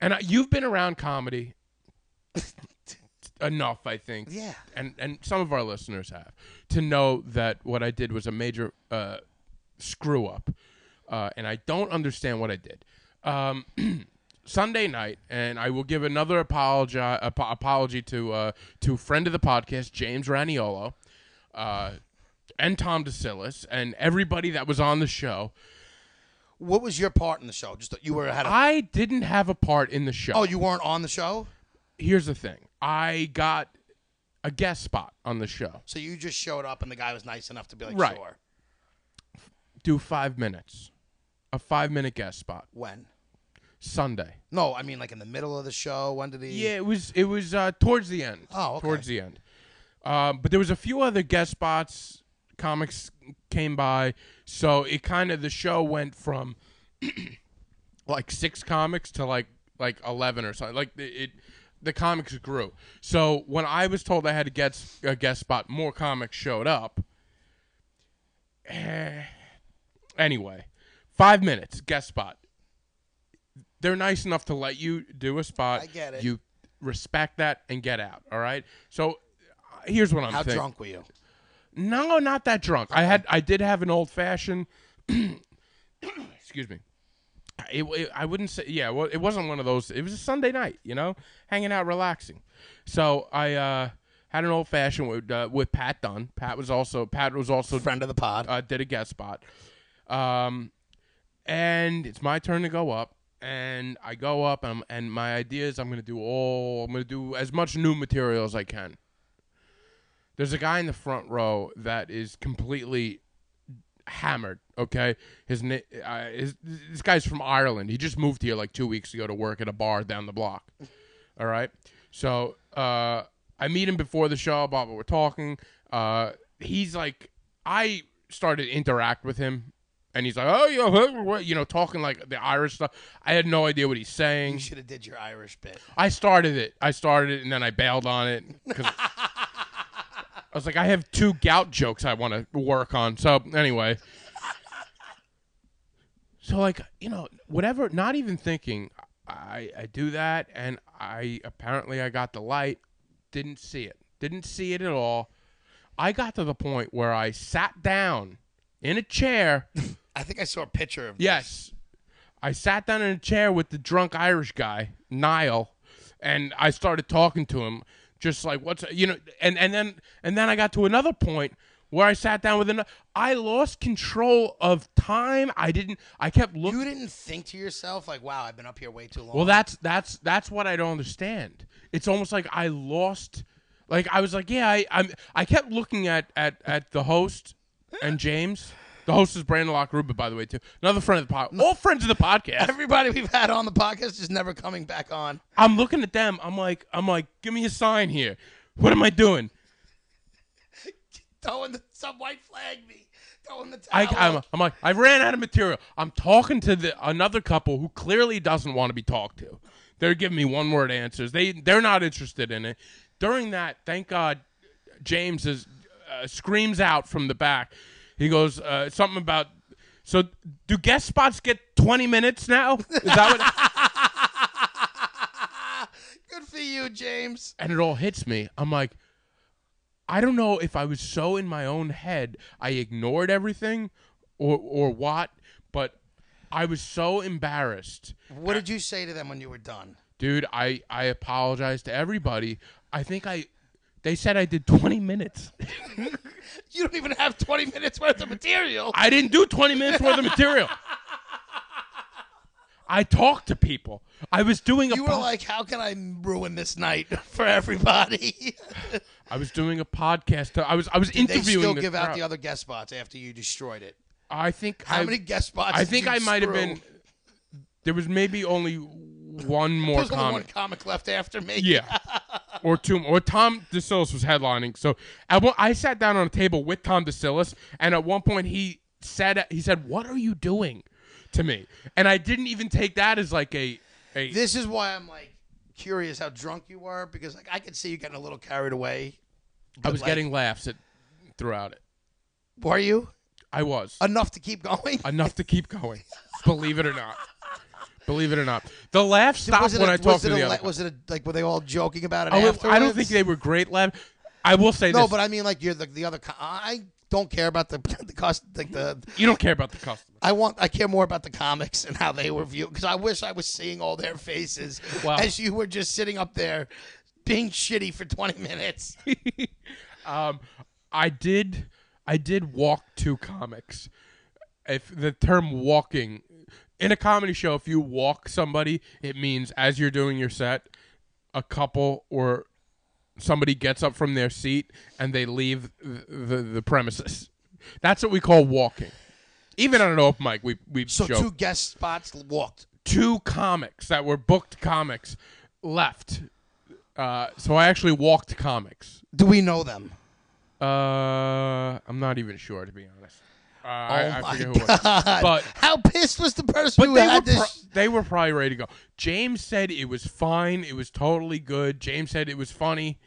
and I, you've been around comedy enough, I think. Yeah. and and some of our listeners have to know that what I did was a major uh, screw up, uh, and I don't understand what I did. Um, Sunday night, and I will give another apology apo- apology to uh, to friend of the podcast James Raniolo, uh, and Tom DeSillis, and everybody that was on the show. What was your part in the show? Just that you were had a, I didn't have a part in the show. Oh, you weren't on the show? Here's the thing: I got a guest spot on the show. So you just showed up and the guy was nice enough to be like, Right. sure. Do five minutes, a five minute guest spot When? Sunday. No, I mean like in the middle of the show. When did he Yeah, it was it was uh, towards the end. Oh, okay. towards the end. Um, but there was a few other guest spots. Comics came by, so it kind of the show went from like six comics to like like eleven or something. Like it, it the comics grew. So when I was told I had to get a guest spot, more comics showed up. Eh, anyway, five minutes guest spot. They're nice enough to let you do a spot. I get it. You respect that and get out. All right. So uh, here's what I'm How thinking. drunk were you? No, not that drunk. I had I did have an old fashioned. excuse me. It, it- I wouldn't say yeah. Well, it wasn't one of those. It was a Sunday night, you know, hanging out, relaxing. So I uh, had an old fashioned with uh, with Pat Dunn. Pat was also Pat was also Friend of the pod. uh, did a guest spot. Um, and it's my turn to go up, and I go up, and, and my idea is I'm going to do all, I'm going to do as much new material as I can. There's a guy in the front row that is completely hammered. Okay, his na- uh, his this guy's from Ireland. He just moved here like two weeks ago to work at a bar down the block. All right. So uh, I meet him before the show. Bob, we're talking. Uh, he's like, I started to interact with him, and he's like, oh, you know, what?" you know, talking like the Irish stuff. I had no idea what he's you saying. should have did your Irish bit. I started it. I started it, and then I bailed on it 'cause I was like, I have two gout jokes I want to work on. So anyway, so like you know, whatever. Not even thinking, I I do that, and I apparently I got the light. Didn't see it. Didn't see it at all. I got to the point where I sat down in a chair. I think I saw a picture of Yes. I sat down in a chair with the drunk Irish guy, Niall, and I started talking to him just like what's you know and and then and then I got to another point where I sat down with an I lost control of time. I didn't I kept looking You didn't think to yourself like, wow, I've been up here way too long. well, that's that's that's what I don't understand. It's almost like I lost. Like I was like, yeah, I I'm, I kept looking at at at the host and James. The host is Brandon Lock Rubin, by the way, too. Another friend of the pod. All friends of the podcast. Everybody we've had on the podcast is never coming back on. I'm looking at them. I'm like, I'm like, give me a sign here. What am I doing? Throwing the, some white flag me. Throwing the I, towel. I'm, I'm like, I ran out of material. I'm talking to the, another couple who clearly doesn't want to be talked to. They're giving me one word answers. They they're not interested in it. During that, thank God, James is uh, screams out from the back. He goes uh, something about. So do guest spots get 20 minutes now? Is that what? Good for you, James. and it all hits me. I'm like, I don't know if I was so in my own head, I ignored everything, or or what, but I was so embarrassed, What did you say to them when you were done? dude. I I apologized to everybody. I think I, they said I did 20 minutes. You don't even have 20 minutes worth of material. I didn't do 20 minutes worth of material. I talked to people. I was doing a You were po- like, how can I ruin this night for everybody? I was doing a podcast. I was I was they interviewing. still the give out crowd. the other guest spots after you destroyed it. I think How I, many guest spots? I did think you I might have screw? been. There was maybe only one more There's only one comic. comic left after me. Yeah, or two. Or Tom DeSillis was headlining. So at one, I sat down on a table with Tom DeSillis, and at one point he said, "He said, what are you doing?" to me, and I didn't even take that as like a. a This is why I'm like curious how drunk you were because like I could see you getting a little carried away. I was like- getting laughs at throughout it. Were you I was enough to keep going? enough to keep going. Believe it or not. Believe it or not. The laugh stopped was it when a- I talked was it to a the la- other. Was it a, like were they all joking about it? I don't- afterwards? I don't think they were great laugh. I will say No, this. but I mean, like you're the, the other. Co- I don't care about the the cost. Like the you don't care about the customer. I want. I care more about the comics and how they were viewed because I wish I was seeing all their faces Wow. as you were just sitting up there being shitty for 20 minutes. I did I did walk to comics. If the term walking in a comedy show, if you walk somebody, it means as you're doing your set, a couple or somebody gets up from their seat and they leave the the, the premises. That's what we call walking. Even on an open mic, we we So joke. two guest spots walked. two comics that were booked comics left. Uh, so I actually walked comics. Do we know them? Uh, I'm not even sure to be honest. Uh, oh I, I my forget who it was. god! But- how pissed was the person But who they were had this? pro- they were probably ready to go. James said it was fine. It was totally good. James said it was funny,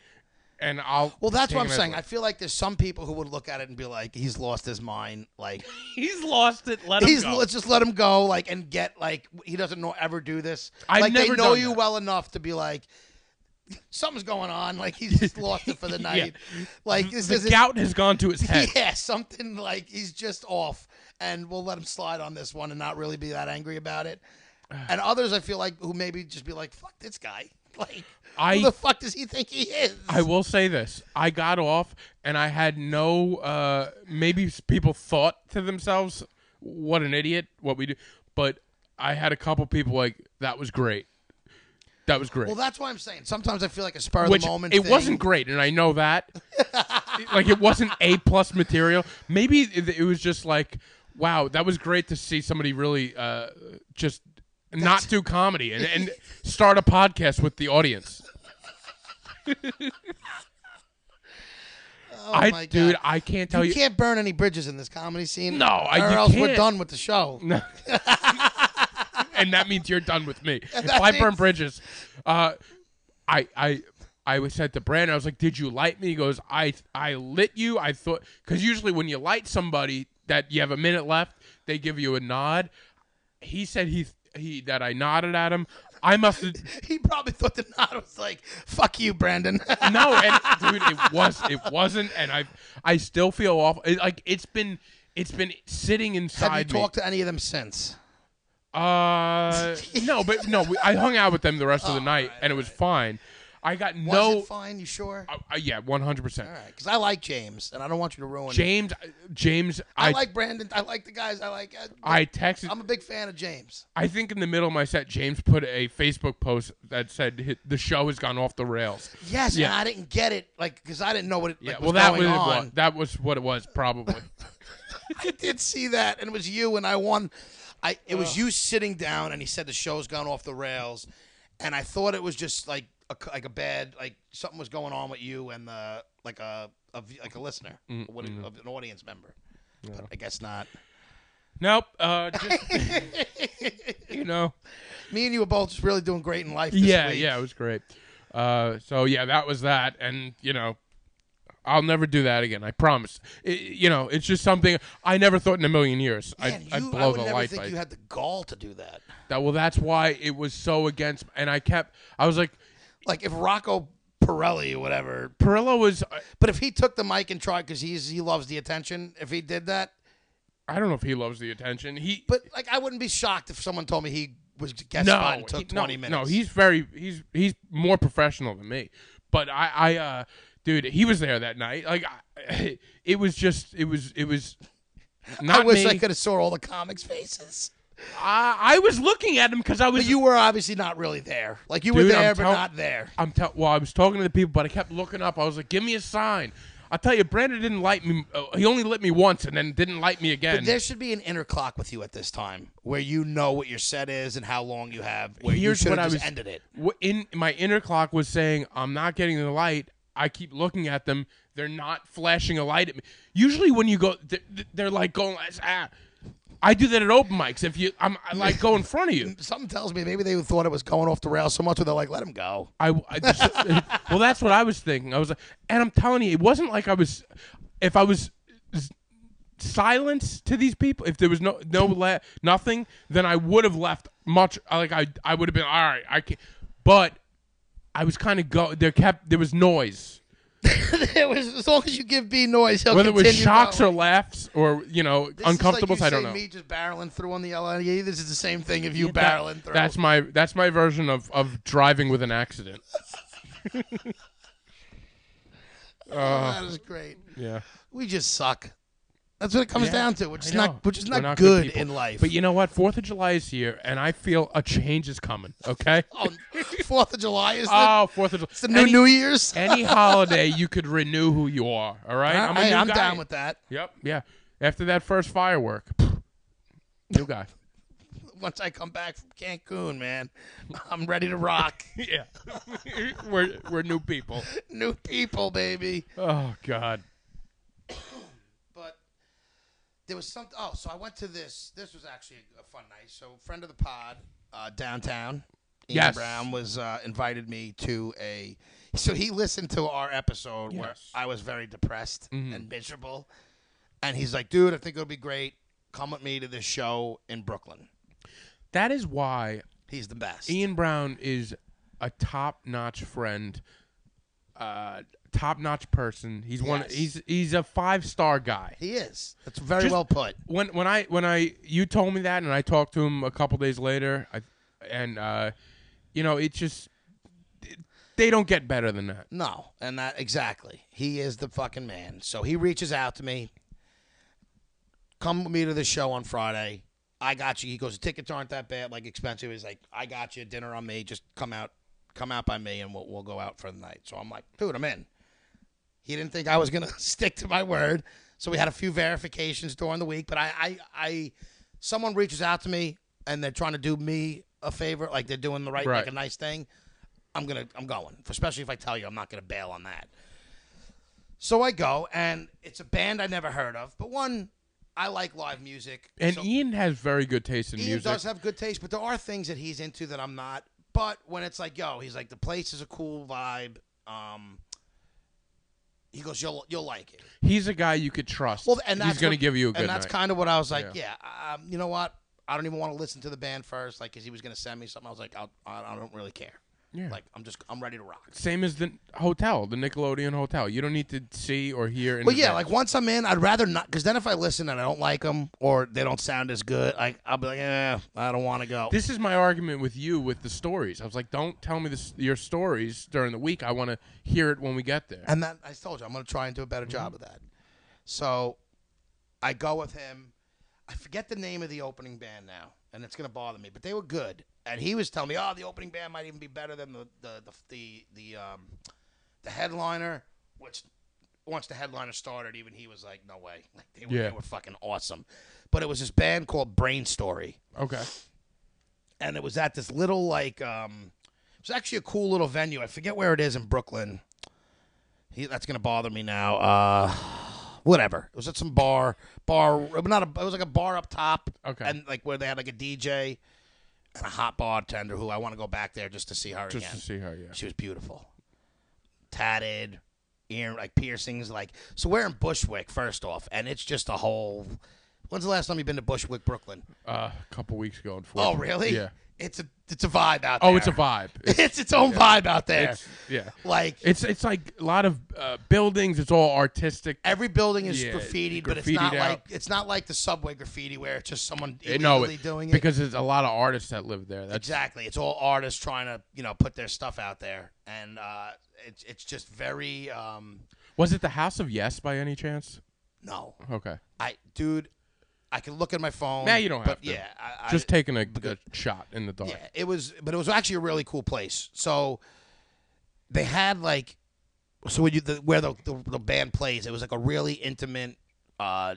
and I'll. well, that's what I'm take it as saying. well. I feel like there's some people who would look at it and be like, "He's lost his mind." Like he's lost it. Let he's him go. let's just let him go, like, and get like he doesn't know, ever do this. I've like never they know done you that. well enough to be like, something's going on. Like he's just lost it for the night. Like this the isn't. gout has gone to his head. yeah, something like he's just off, and we'll let him slide on this one and not really be that angry about it. And others, I feel like, who maybe just be like, "Fuck this guy!" Like, I- who the fuck does he think he is? I will say this: I got off, and I had no. Uh, maybe s- people thought to themselves, "What an idiot! What we do," but I had a couple people like, "That was great. That was great." well, that's why I'm saying. Sometimes I feel like a spur of Which the moment. it thing. wasn't great, and I know that. like it wasn't a plus material. Maybe it, it was just like, "Wow, that was great to see somebody really uh, just." Not do comedy and, and start a podcast with the audience. Oh I, my dude, God. I can't tell you. you can't burn any bridges in this comedy scene. No, I- or you else we're can't. done with the show. No. and that means you're done with me. If That I burn means- bridges, uh, I I I was said to Brandon, I was like, "Did you light me?" He goes, "I I lit you. I thought because usually when you light somebody that you have a minute left, they give you a nod." He said he he that I nodded at him. I must have He probably thought the nod was like, "Fuck you, Brandon." no, and dude, it was it wasn't, and I I still feel awful. It, like it's been it's been sitting inside Have you me. talked to any of them since? Uh, no, but no, we, I hung out with them the rest of the night, and it was fine. I got Oh, Was no, it fine? You sure? uh, uh, yeah, one hundred percent. All right, because I like James, and I don't want you to ruin. it. James, uh, James, I, I, like Brandon. I like the guys. I like. I, I texted. I'm a big fan of James. I think in the middle of my set, James put a Facebook post that said "Hi- the show has gone off the rails. Yes, Yeah. and I didn't get it, like, because I didn't know what it Yeah, like, well, was that was going it on. was, that was what it was probably. I did see that, and it was you, and I won. I it Oh. was you sitting down, and he said the show's gone off the rails, and I thought it was just like a, c- like a bad like something was going on with you and the like a, a v- like a listener, Mm, what, of an audience member. But I guess not. nope. Uh, just, you know. Me and you were both just really doing great in life. This Yeah, week. yeah, it was great. Uh, so yeah, that was that, and you know, I'll never do that again. I promise. I you know, it's just something I never thought in a million years. Man, I'd, you, I'd I blow would the never light think by you had the gall to do that. that. Well, that's why it was so against, and I kept. I was like, Like if Rocco Pirelli or whatever Perillo was. I- But if he took the mic and tried, because he's he loves the attention. If he did that, I don't know if he loves the attention. He but like I wouldn't be shocked if someone told me he was guest no, spot and took he- no, twenty minutes. no, he's very he's he's more professional than me. But I, I, uh, dude, he was there that night. Like, I, it was just, it was, it was. Not I wish me. I could have saw all the comics' faces. I, I was looking at him because I was. But you were obviously not really there. Like you were Dude, there, I'm but tell- not there. I'm tell. Well, I was talking to the people, but I kept looking up. I was like, "Give me a sign." I tell you, Brandon didn't like me. Uh, he only lit me once, and then didn't like me again. There should be an inner clock with you at this time, where you know what your set is and how long you have. Where Here's you should what I have was just ended it. wh- in my inner clock was saying, "I'm not getting the light." I keep looking at them. They're not flashing a light at me. Usually, when you go, they're, they're like going. Ah. I do that at open mics. If you, I'm I like go in front of you. Something tells me maybe they thought it was going off the rails so much where they're like, "Let him go." I, I- well, that's what I was thinking. I was like, and I'm telling you, it wasn't like I was. If I was silence to these people, if there was no no le- nothing, then I would have left much. Like I I would have been all right. I can, but I was kind of go. There kept there was noise. it was as long as you give B noise, he'll Whether it was continue shocks going. or laughs or you know This is like uncomfortables, you I don't say know. Me just barreling through on the LNE. This is the same thing if you That- barreling through. That's my that's my version of of driving with an accident. Oh, that is great. Yeah, We just suck. That's what it comes Yeah, down to, which I is know. not which is We're not, good good people. in life. But you know what? Fourth of July is here, and I feel a change is coming. Okay. Oh, Fourth of July is the, Oh, Fourth of July. it's the new New Year's. any holiday you could renew who you are. All right, I, a new am guy. down with that. Yep. Yeah. After that first firework, new guy. Once I come back from Cancun, man, I'm ready to rock. yeah. we're we're new people. new people, baby. Oh God. but there was something. Oh, so I went to this. This was actually a, a fun night. So, friend of the pod, uh, downtown, Ian Yes. Brown was uh, invited me to a. So he listened to our episode where Yes. Mm-hmm. I was very depressed and miserable, and he's like, "Dude, I think it'll be great. Come with me to this show in Brooklyn. That is why He's the best." Ian Brown is a top-notch friend, uh, top-notch person. He's one. Yes. He's he's a five-star guy. he is. That's very Just- well put. when when I when I you told me that and I talked to him a couple days later, I, and uh, you know it just they don't get better than that. No, and that exactly. He is the fucking man. So he reaches out to me. Come with me to the show on Friday. I got you. He goes, tickets aren't that bad, like expensive. He's like, I got you. Dinner on me. Just come out, come out by me, and we'll we'll go out for the night. So I'm like, dude, I'm in. He didn't think I was gonna stick to my word. So we had a few verifications during the week, but I, I, I someone reaches out to me and they're trying to do me a favor, like they're doing the right, Right. like a nice thing. I'm gonna, I'm going. Especially if I tell you, I'm not gonna bail on that. So I go, and it's a band I never heard of, but one I like live music. And so Ian has very good taste in Ian music. does have good taste, but there are things that he's into that I'm not. But when it's like, yo, he's like, the place is a cool vibe. Um, he goes, you'll you'll like it. he's a guy you could trust. Well, and that's he's going to what- give you a good And that's night. kind of what I was like. Yeah. Yeah, um, you know what? I don't even want to listen to the band first, like, cause he was gonna send me something. I was like, I'll, I I don't really care. Yeah. Like, I'm just, I'm ready to rock. Same as the hotel, the Nickelodeon hotel. You don't need to see or hear. in But yeah, advance. like once I'm in, I'd rather not, because then if I listen and I don't like them or they don't sound as good, like I'll be like, eh, I don't want to go. this is my argument with you with the stories. I was like, don't tell me this, your stories during the week. I want to hear it when we get there. And that I told you, I'm going to try and do a Mm-hmm. better job of that. So I go with him. I forget the name of the opening band now, and it's going to bother me, but they were good. And he was telling me, oh, the opening band might even be better than the the the the, the um the headliner, which once the headliner started, even he was like, no way, like they were, Yeah. they were fucking awesome. But it was this band called Brain Story Okay. and it was at this little like um it was actually a cool little venue. I forget where it is in Brooklyn. He, that's gonna bother me now. Uh, whatever. It was at some bar, bar. Not a. It was like a bar up top. Okay. And like where they had like a DJ and a hot bartender who I want to go back there just to see her Just again. to see how. Yeah. She was beautiful, tatted, ear like piercings. Like so, we're in Bushwick first off, and it's just a whole. When's the last time you've been to Bushwick, Brooklyn? Uh, a couple weeks ago. Oh, unfortunately. really? Yeah. It's a it's a vibe out there. Oh, it's a vibe. It's, It's its own vibe out there. it's- yeah. like It's it's like a lot of uh, buildings. It's all artistic. every building is Yeah, graffitied, but it's not graffitied like out. it's not like the subway graffiti where it's just someone They illegally know it doing it. because there's a lot of artists that live there. That's exactly, it's all artists trying to you know put their stuff out there, and uh, it's it's just very um, was it the House of Yes by any chance? no, Okay, I dude, I can look at my phone. Nah, you don't but have to. Yeah, I, I- just taking a, a shot in the dark. Yeah, it was, but it was actually a really cool place. So they had like, so when you the, where the, the the band plays, it was like a really intimate, uh,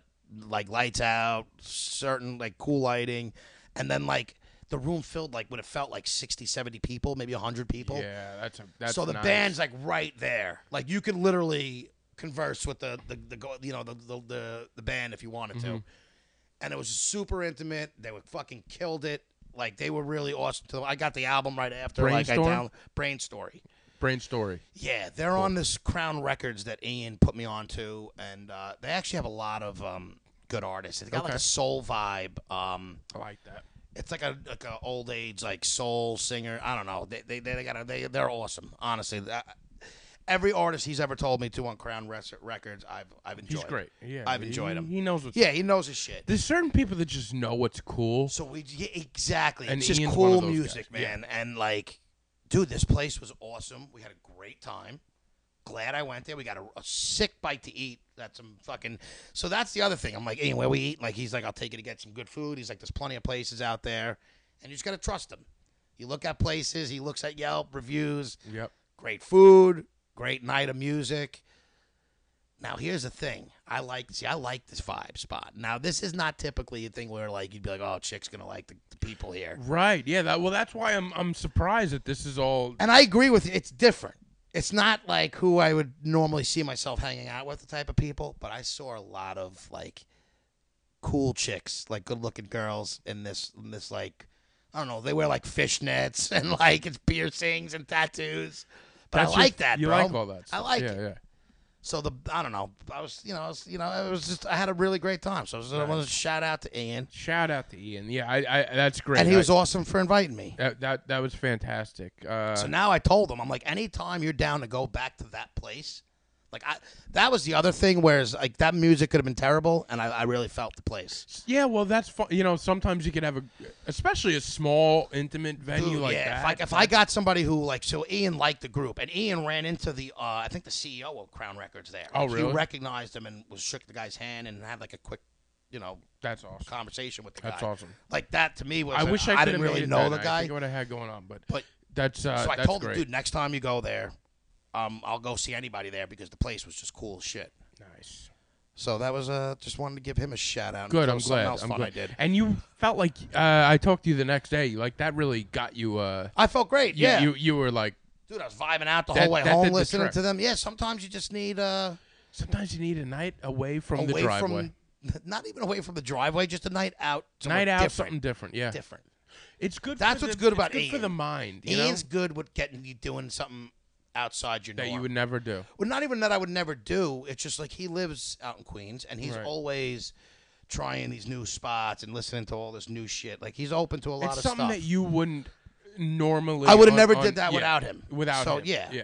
like lights out, certain like cool lighting, and then like the room filled like what it felt like 60, 70 people, maybe hundred people. Yeah, that's a that's so the nice. band's like right there, like you could literally converse with the the, the go- you know the the the, the band if you wanted to Mm-hmm. and it was super intimate. They were fucking killed it. Like they were really awesome. To I got the album right after. Like I Brainstorm? down Brain Story. brain story. Yeah, they're on this Crown Records that Ian put me onto, and uh, they actually have a lot of um, good artists. They got like Okay. a soul vibe. Um, I like that. it's like a like a old age like soul singer. I don't know. They they they, they got a, they they're awesome. Honestly, I- every artist he's ever told me to on Crown Res- Records, I've I've enjoyed. He's great. Yeah, I've he- enjoyed him. He knows what's. Yeah, he knows his shit. There's certain people that just know what's cool. So we yeah, exactly. And it's just Ian's one cool of those music, guys. Yeah. man. And like, dude, this place was awesome. We had a great time. Glad I went there. We got a, a sick bite to eat. That's some fucking. So that's the other thing. I'm like, anywhere we eat, like he's like, I'll take you to get some good food. He's like, there's plenty of places out there, and you just gotta trust him. You look at places. He looks at Yelp reviews. Yep. Great food. Great night of music. Now here's the thing. I like see I like this vibe spot. Now this is not typically a thing where like you'd be like, oh, chick's gonna like the, the people here. Right. Yeah. That. Well, that's why I'm. I'm surprised that this is all. And I agree with you. It's different. It's not like who I would normally see myself hanging out with, the type of people. But I saw a lot of like cool chicks, like good looking girls in this in this like I don't know. They wear like fishnets and like it's piercings and tattoos. But That's I your- like that. You bro. like all that. I Stuff. like yeah, it. Yeah. So the I don't know. I was you know I was, you know it was just I had a really great time. So I just want to shout out to Ian, Shout out to Ian. Yeah. I. I that's great. and he I- was awesome for inviting me. That, that that was fantastic. Uh, So now I told him I'm like, anytime you're down to go back to that place, like I that was the other thing. Whereas like that music could have been terrible, and I, I really felt the place. yeah, well, that's fun. You know, sometimes you can have a, especially a small, intimate venue Dude, like yeah, that. if I, if I got somebody who like so Ian liked the group, and Ian ran into the uh, I think the CEO of Crown Records there. Oh, Like, really? He recognized him and was shook the guy's hand and had like a quick, you know, that's awesome. conversation with the That's guy. awesome. Like that to me was I a- wish I, could have didn't made really it know that the night. I guy. think I would have had going on, but, But- that's uh, so I that's told great. him, dude, next time you go there, um, I'll go see anybody there because the place was just cool as shit. nice, So that was uh, just wanted to give him a shout out. and good. tell I'm something glad. Else I'm fun glad. I did. And you felt like uh, I talked to you the next day. Like that really got you. Uh, I felt great. you, yeah, You you were like. dude, I was vibing out the That- whole way that home did the listening trick. to them. Yeah, sometimes you just need uh, Sometimes you need a night away from the away driveway. from, not even away from the driveway, just a night out. somewhere night out, different, something different. Yeah, different. it's good. That's for what's the- good it's about for the Ian. mind. You know? Ian's good with getting you doing something outside your that norm. you would never do. well, not even that I would never do. It's just like he lives out in Queens, and he's Right. always trying these new spots and listening to all this new shit. Like he's open to a lot it's of something stuff. that you wouldn't normally. I would have on- never on- did that yeah, without him. Without so him. yeah. yeah,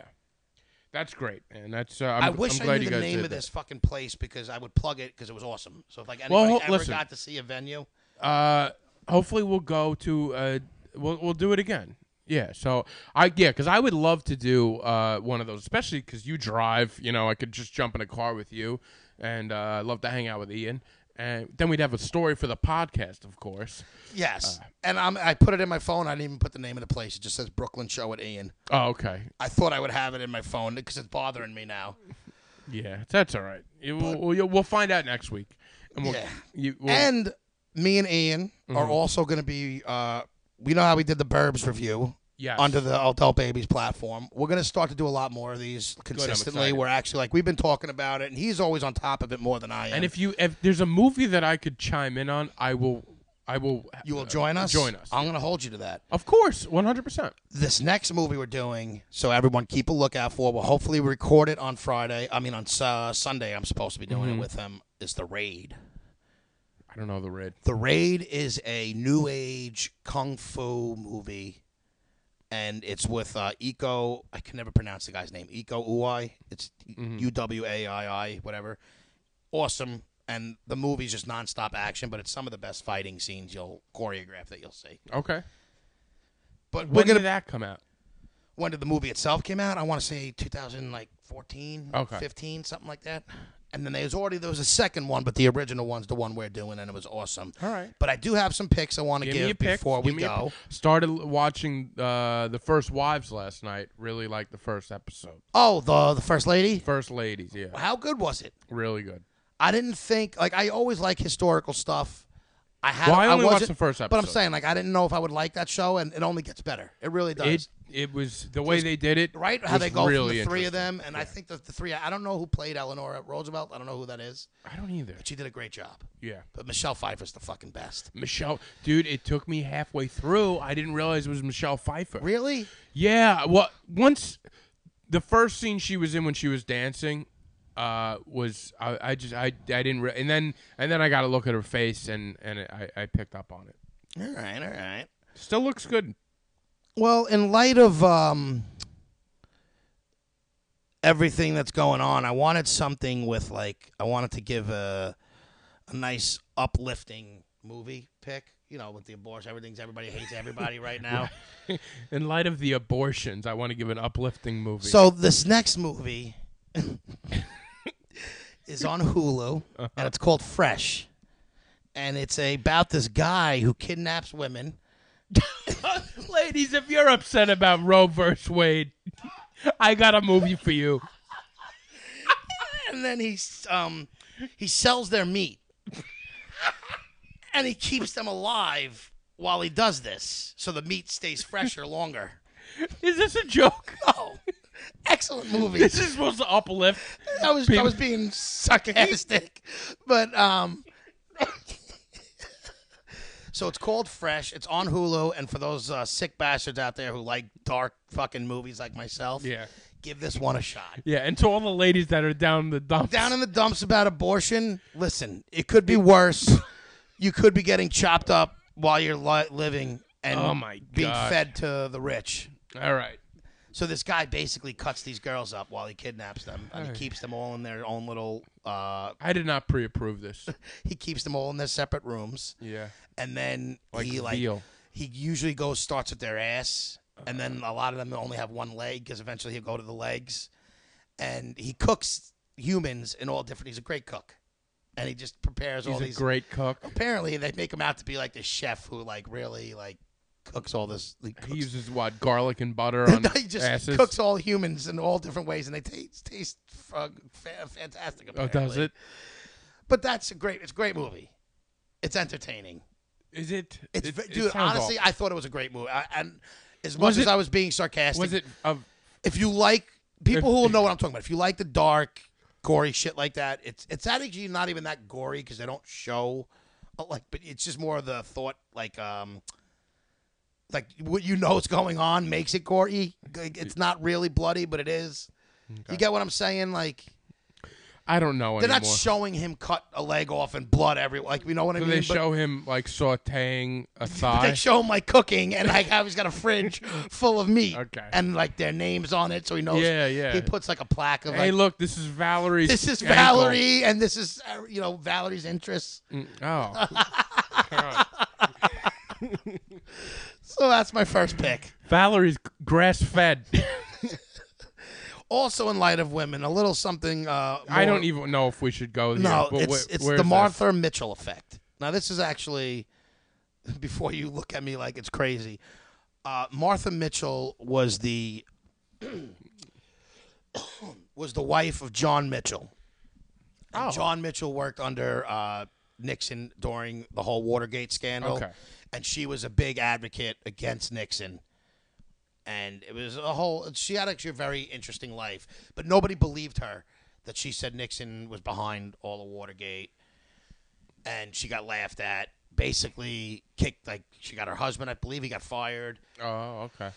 that's great, man. That's uh, i I'm, wish I'm i glad knew you the guys name did of that. this fucking place because I would plug it because it was awesome. So if like Well, anybody ho- ever listen. got to see a venue, Uh, hopefully, we'll go to. Uh, we'll we'll do it again. Yeah. So I yeah, because I would love to do uh one of those, especially because you drive. You know, I could just jump in a car with you, and uh, I'd love to hang out with Ian. And then we'd have a story for the podcast, of course. yes. and I'm, I put it in my phone. I didn't even put the name of the place. It just says Brooklyn Show at Ian. Oh, okay. I thought I would have it in my phone because it's bothering me now. Yeah, that's all right. It- we'll, we'll, we'll find out next week. And we'll, Yeah. you, we'll, Mm-hmm. And me and Ian are also going to be. Uh, we know how we did the Burbs review. Yes. Under the Adult Babies platform, we're going to start to do a lot more of these consistently. excited. We're actually like we've been talking about it, and he's always on top of it more than I am. And if you if there's a movie that I could chime in on, I will I will uh, you will join us, Join us. I'm going to hold you to that. Of course, 100%. this next movie we're doing, so everyone keep a lookout for. We'll hopefully record it on Friday. I mean, on uh, Sunday, I'm supposed to be Mm-hmm. doing it with him. Is the Raid? I don't know the red. The Raid is a new age kung fu movie, and it's with uh, Iko. I can never pronounce the guy's name. Iko Uwai. It's U W A I I. Whatever. Awesome. And the movie's just nonstop action, but it's some of the best fighting scenes you'll choreograph that you'll see. Okay. But we're When gonna did that come out? when did the movie itself came out? I want to say 2014, Okay. 15, something like that. And then there was already there was a second one, but the original one's the one we're doing, and it was awesome. All right. But I do have some picks I want to Give give, me a pick. before Give we me a go. pick. Started l- watching uh, the First Wives last night. Really liked the first episode. Oh, the the first lady. First Ladies, yeah, How good was it? really good. I didn't think like I always like historical stuff. I had Well, I only watched wasn't- the first but I'm episode. saying like I didn't know if I would like that show, and it only gets better. It really does. It it was the way they did it. right how was they go really from the three of interesting. them, and I think that the three I don't know who played Eleanor Roosevelt. I don't know who that is, I don't either. but she did a great job. Yeah. But Michelle Pfeiffer's the fucking best. Michelle, dude, it took me halfway through. I didn't realize it was Michelle Pfeiffer. Really? Yeah. Well, once the first scene she was in when she was dancing, uh, was I, I just I, I didn't re- and then and then I got a look at her face and and I, I picked up on it. All right, all right. Still looks good. Well, in light of um, everything that's going on, I wanted something with like I wanted to give a a nice uplifting movie pick. You know, with the abortion, everything's everybody hates everybody right now. In light of the abortions, I want to give an uplifting movie. So this next movie is on Hulu, and it's called Fresh, and it's about this guy who kidnaps women. ladies, if you're upset about Roe versus Wade, I got a movie for you. and then he um he sells their meat and he keeps them alive while he does this so the meat stays fresher longer Is this a joke? oh excellent movie This is supposed to uplift. i was i was being sarcastic but um so it's called fresh it's on hulu and for those uh, sick bastards out there who like dark fucking movies like myself Yeah. give this one a shot Yeah, and to all the ladies that are down the dumps. down in the dumps about abortion, listen, it could be worse. you could be getting chopped up while you're li- living and Oh my being gosh. fed to the rich. all right. So this guy basically cuts these girls up while he kidnaps them, and he keeps them all in their own little. Uh, I did not pre-approve this. he keeps them all in their separate rooms, Yeah. and then Like he like veal. he usually goes starts with their ass, and then a lot of them only have one leg because eventually he'll go to the legs, and he cooks humans in all different. He's a great cook, and he just prepares all He's a these. great cook. apparently, they make him out to be like the chef who like really like cooks all this. He, He cooks, uses what garlic and butter on he just asses. cooks all humans in all different ways, and they taste taste uh, fa- fantastic. oh, Apparently. does it? But that's a great. It's a great movie. It's entertaining. Is it? It's it- ve- it dude. sounds honestly, awful. I thought it was a great movie. I, and as much Was as it- I was being sarcastic, was it of if you like people who will know what I'm talking about, if you like the dark, gory shit like that, it's it's actually not even that gory because they don't show uh, like, but it's just more of the thought like um. Like what you know is going on makes it gory. Like, It's not really bloody, but it is. You get what I'm saying? Like I don't know they're anymore. not showing him cut a leg off and blood every. Like you know what I Do mean? they But- show him like sautéing a they thigh? show him like cooking and like how he's got a fridge full of meat Okay. and like their names on it so he knows Yeah, yeah. he puts like a plaque of hey, like look, this is Valerie. this is Valerie and this is uh, you know Valerie's interests Oh, so that's my first pick Valerie's grass fed. also in light of women a little something uh I more- don't even know if we should go there. no but it's wh- it's where's the this? Martha Mitchell effect now this is actually before you look at me like it's crazy uh Martha Mitchell was the was the wife of John Mitchell And John Mitchell worked under uh, Nixon during the whole Watergate scandal, Okay. and she was a big advocate against Nixon. And it was a whole. She had actually a very interesting life, but nobody believed her that she said Nixon was behind all the Watergate, and she got laughed at. Basically, kicked like she got her husband. I believe he got fired. Oh, okay.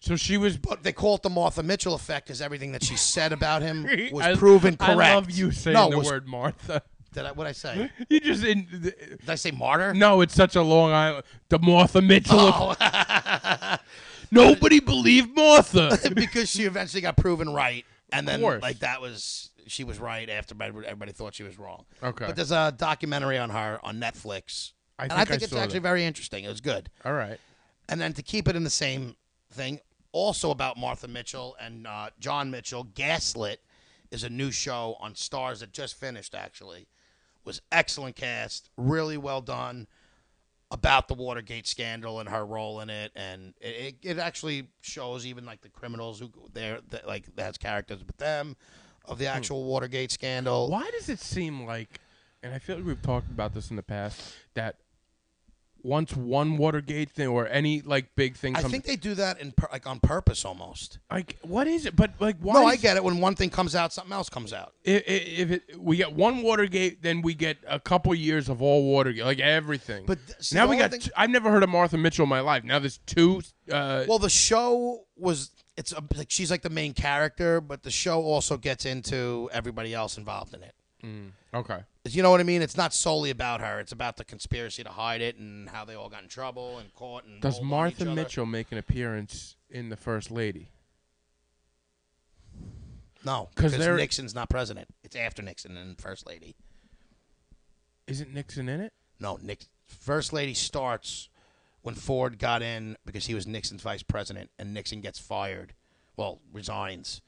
So she was. But they call it the Martha Mitchell effect because everything that she said about him was I- proven correct. I love you saying no, the was, word Martha. Did I, what I say? You just in, Did I say martyr? no. It's such a Long Island. The Martha Mitchell. Oh. Nobody believed Martha. because she eventually got proven right, and then course. like that was she was right after everybody everybody thought she was wrong. Okay. but there's a documentary on her on Netflix, I think and I I think it's saw that. actually very interesting. It was good, All right. and then to keep it in the same thing, also about Martha Mitchell and uh, John Mitchell, Gaslit is a new show on Stars that just finished. Actually, was excellent cast, really well done. About the Watergate scandal and her role in it, and it, it, it actually shows even like the criminals who go there that like has characters with them of the actual Watergate scandal. Hmm. Why does it seem like, and I feel like we've talked about this in the past, that once one Watergate thing or any like big thing I comes, think they do that in pur- like on purpose almost. like what is it? But like why? No, I is- get it. When one thing comes out, something else comes out. i- i- if, it, we get one Watergate, then we get a couple years of all Watergate, like everything. But th- see, now the we only got. thing- two, I've never heard of Martha Mitchell in my life. Now there's two. Uh, Well, the show was it's a, like she's like the main character, but the show also gets into everybody else involved in it. Okay. You know what I mean? It's not solely about her. It's about the conspiracy to hide it and how they all got in trouble and caught and Does rolled on Martha each other. Mitchell make an appearance in the First Lady? No, 'Cause because they're- Nixon's not president. It's after Nixon and First Lady. Isn't Nixon in it? No, Nick First Lady starts when Ford got in because he was Nixon's vice president, and Nixon gets fired, well, resigns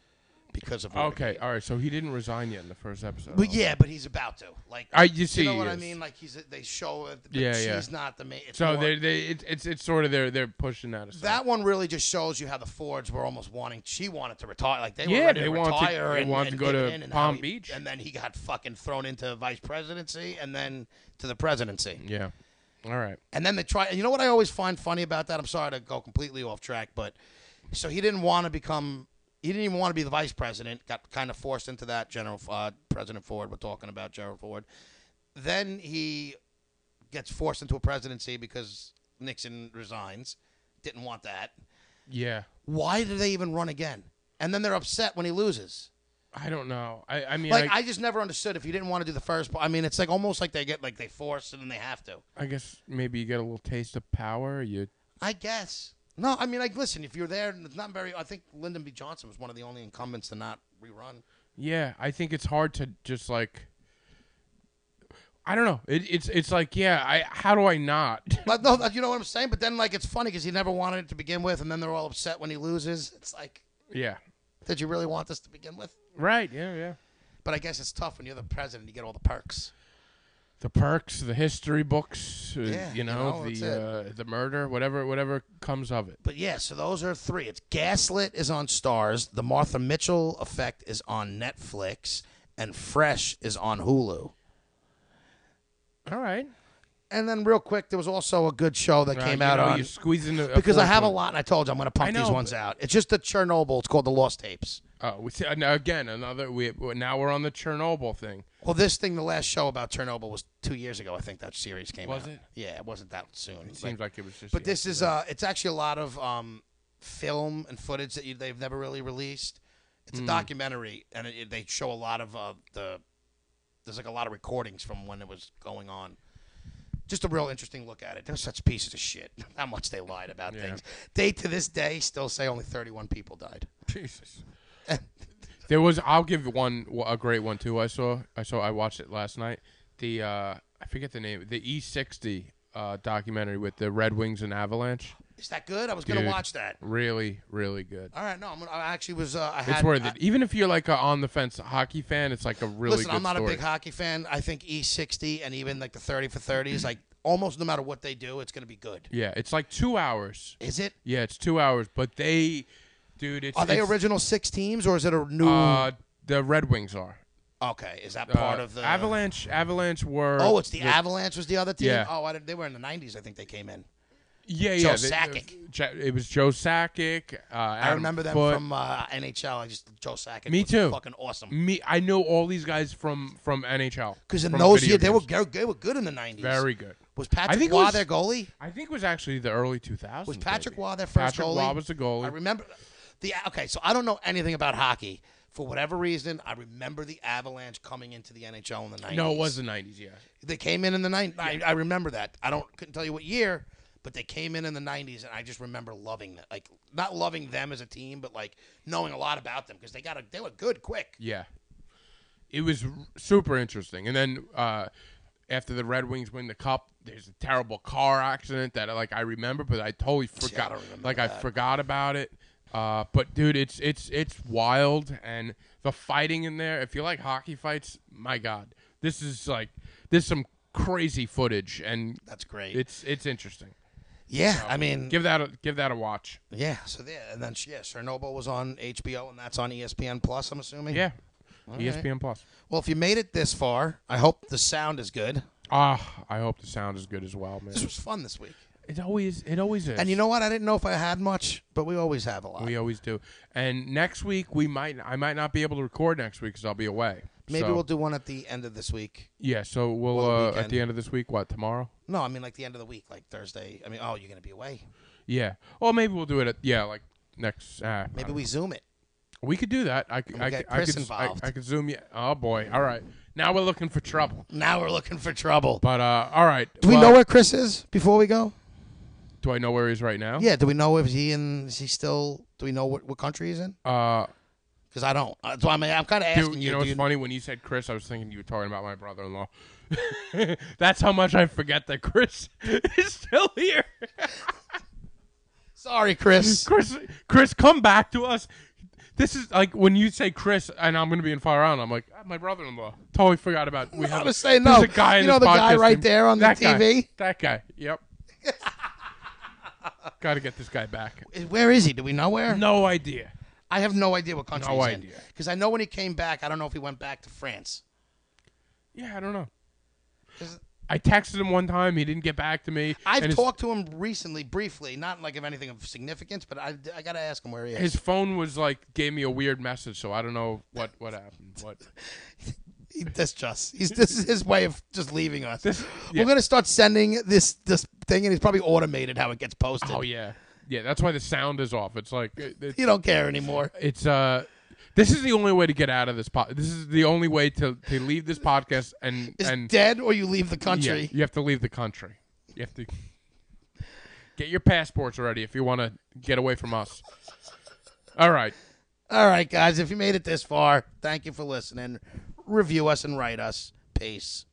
because of Watergate. Okay. All right. So he didn't resign yet in the first episode. But yeah, but he's about to. Like, I- you see know he what I is. mean? Like, he's they show it. But Yeah, she's yeah. not the main. it's So more- they they it's it's it's sort of they're they're pushing that aside. that one really just shows you how the Fords were almost wanting. She wanted to retire. Like they Yeah, were ready they to wanted to- retire. they and, wanted to and go give it to in and Palm how he- Beach. and then he got fucking thrown into vice presidency, and then to the presidency. yeah. All right. And then they try. And you know what I always find funny about that? I'm sorry to go completely off track, but so he didn't want to become. He didn't even want to be the vice president. Got kind of forced into that. General uh, President Ford. We're talking about Gerald Ford. Then he gets forced into a presidency because Nixon resigns. Didn't want that. Yeah. Why do they even run again? And then they're upset when he loses. I don't know. I I mean Like I, I just never understood if you didn't want to do the first. I mean, it's like almost like they get like they force and then they have to. I guess maybe you get a little taste of power. You I guess. No, I mean, like, listen, if you're there, and it's not very. I think Lyndon B. Johnson was one of the only incumbents to not rerun. Yeah, I think it's hard to just like. I don't know. It, it's it's like yeah. I how do I not? But no, you know what I'm saying. But then, like, it's funny because he never wanted it to begin with, and then they're all upset when he loses. It's like, yeah. did you really want this to begin with? Right. Yeah. Yeah. But I guess it's tough when you're the president. You get all the perks. The perks, the history books, uh, Yeah, you you know, know, that's the uh, the murder, whatever whatever comes of it. But yeah, so those are three. It's Gaslit is on Stars. The Martha Mitchell Effect is on Netflix, and Fresh is on Hulu. All right. And then, real quick, there was also a good show that Uh, came you out know, on you squeeze in a, because I fourth have a one. lot, and I told you I'm going to I pump know, these ones out. It's just the Chernobyl. It's called the Lost Tapes. Oh, we see, uh, now again another. We now we're on the Chernobyl thing. Well, this thing, the last show about Chernobyl was two years ago. I think that series came Was out. it? Yeah, it wasn't that soon. Like- Seems like it was just. but this is uh, it's actually a lot of um, film and footage that you, they've never really released. It's Hmm. a documentary, and it, they show a lot of uh, the. There's like a lot of recordings from when it was going on. Just a real interesting look at it. They're such pieces of shit. How much they lied about Yeah. things. They to this day still say only 31 people died. Jesus. there was. I'll give one a great one too. I saw. I saw. I watched it last night. The uh, I forget the name. The E60 uh, documentary with the Red Wings and Avalanche. Is that good? I was going Dude. to watch that. Really, really good. All right, no, I'm gonna, I actually was. Uh, I had, It's worth I- it. Even if you're like a on the fence hockey fan, it's like a really listen, good I'm not story. a big hockey fan. I think E60 and even like the 30 for 30s, like almost no matter what they do, it's going to be good. yeah, it's like two hours. Is it? Yeah, it's two hours, but they, dude, it's Are they it's, original six teams or is it a new? Uh, the Red Wings are okay, is that part Uh, of the Avalanche. Avalanche were Oh, it's the Avalanche was the other team. Yeah. Oh, I did, they were in the 90s. I think they came in. Yeah, Joe yeah. uh, Sakic. Ja- It was Joe Sakic. Uh, I remember them Foote. from uh, NHL. I just Joe Sakic. Me was too. Fucking awesome. me. I know all these guys from from NHL. Because in from those video years, they were games. they were good in the 90s. very good. Was Patrick think it Waugh was- their goalie? I think it was actually the early 2000s. Was Patrick maybe. Waugh their first Patrick goalie? Waugh was the I goalie. remember the okay. So I don't know anything about hockey. For whatever reason, I remember the Avalanche coming into the NHL in the nineties. No, it was the 90s. Yeah. They came in in the nineties. I, I remember that. I don't couldn't tell you what year, but they came in in the nineties, and I just remember loving that. Like not loving them as a team, but like knowing a lot about them because they got a, they were good quick. Yeah. It was r- super interesting. And then uh, after the Red Wings win the cup, there's a terrible car accident that like I remember, but I totally forgot. don't remember like I forgot about it. Uh, but dude, it's it's it's wild, and the fighting in there. If you like hockey fights, my god, this is like this is some crazy footage, and That's great. it's it's interesting. yeah, I mean, Give that a, give that a watch. yeah. So there, and then yeah, Chernobyl was on HBO, and that's on E ESPN Plus. I'm assuming. Yeah, E ESPN Plus. Well, if you made it this far, I hope the sound is good. Ah, I hope the sound is good as well, man. This was fun this week. It always it always is. And you know what? I didn't know if I had much, but we always have a lot. We always do. And next week we might I might not be able to record next week because I'll be away. Maybe So- we'll do one at the end of this week. Yeah, so we'll the uh, at weekend. the end of this week. What tomorrow? No, I mean like the end of the week, like Thursday. I mean, oh, you're gonna be away. Yeah. Or maybe we'll do it at yeah like next. Uh, Maybe we zoom it. we could do that. I c- we I get c- I Chris could s- I- involved. I could zoom you. Oh boy. All right. Now we're looking for trouble. Now we're looking for trouble. But uh, all right. Do we well, know where Chris is before we go? Do I know where he is right now? Yeah. Do we know if he in? Is he still? Do we know what, what country he's in? Uh, Because I don't. That's why I'm, I'm kind of dude, asking you know do what's funny? When you said Chris, I was thinking you were talking about my brother-in-law. That's how much I forget that Chris is still here. Sorry, Chris. Chris, Chris, come back to us. This is like when you say Chris, and I'm going to be in Fire Island. I'm like ah, my brother-in-law. Totally forgot about. We I'm have gonna say there's no. a guy in You know this the guy podcast right named- there on the that guy. TV? that guy. Yep. Got to get this guy back. Uh, Where is he? Do we know where? No idea. I have no idea what country No he's in. idea. Because I know when he came back, I don't know if he went back to France. Yeah, I don't know. 'Cause I texted him one time. He didn't get back to me. I've and his- talked to him recently, briefly, not like of anything of significance, but I, I got to ask him where he is. His phone was like gave me a weird message, so I don't know what what happened. What He, that's just he's this is his way of just leaving us. This- yeah. We're gonna start sending this this thing, and it's probably automated how it gets posted. Oh yeah, yeah. That's why the sound is off. It's like it, it's- You don't care anymore. it's uh this is the only way to get out of this pod this is the only way to to leave this podcast and It's and dead, or you leave the yeah, country. you have to leave the country you have to get your passports ready if you want to get away from us all right All right, guys, if you made it this far, thank you for listening. Review us and write us. Peace.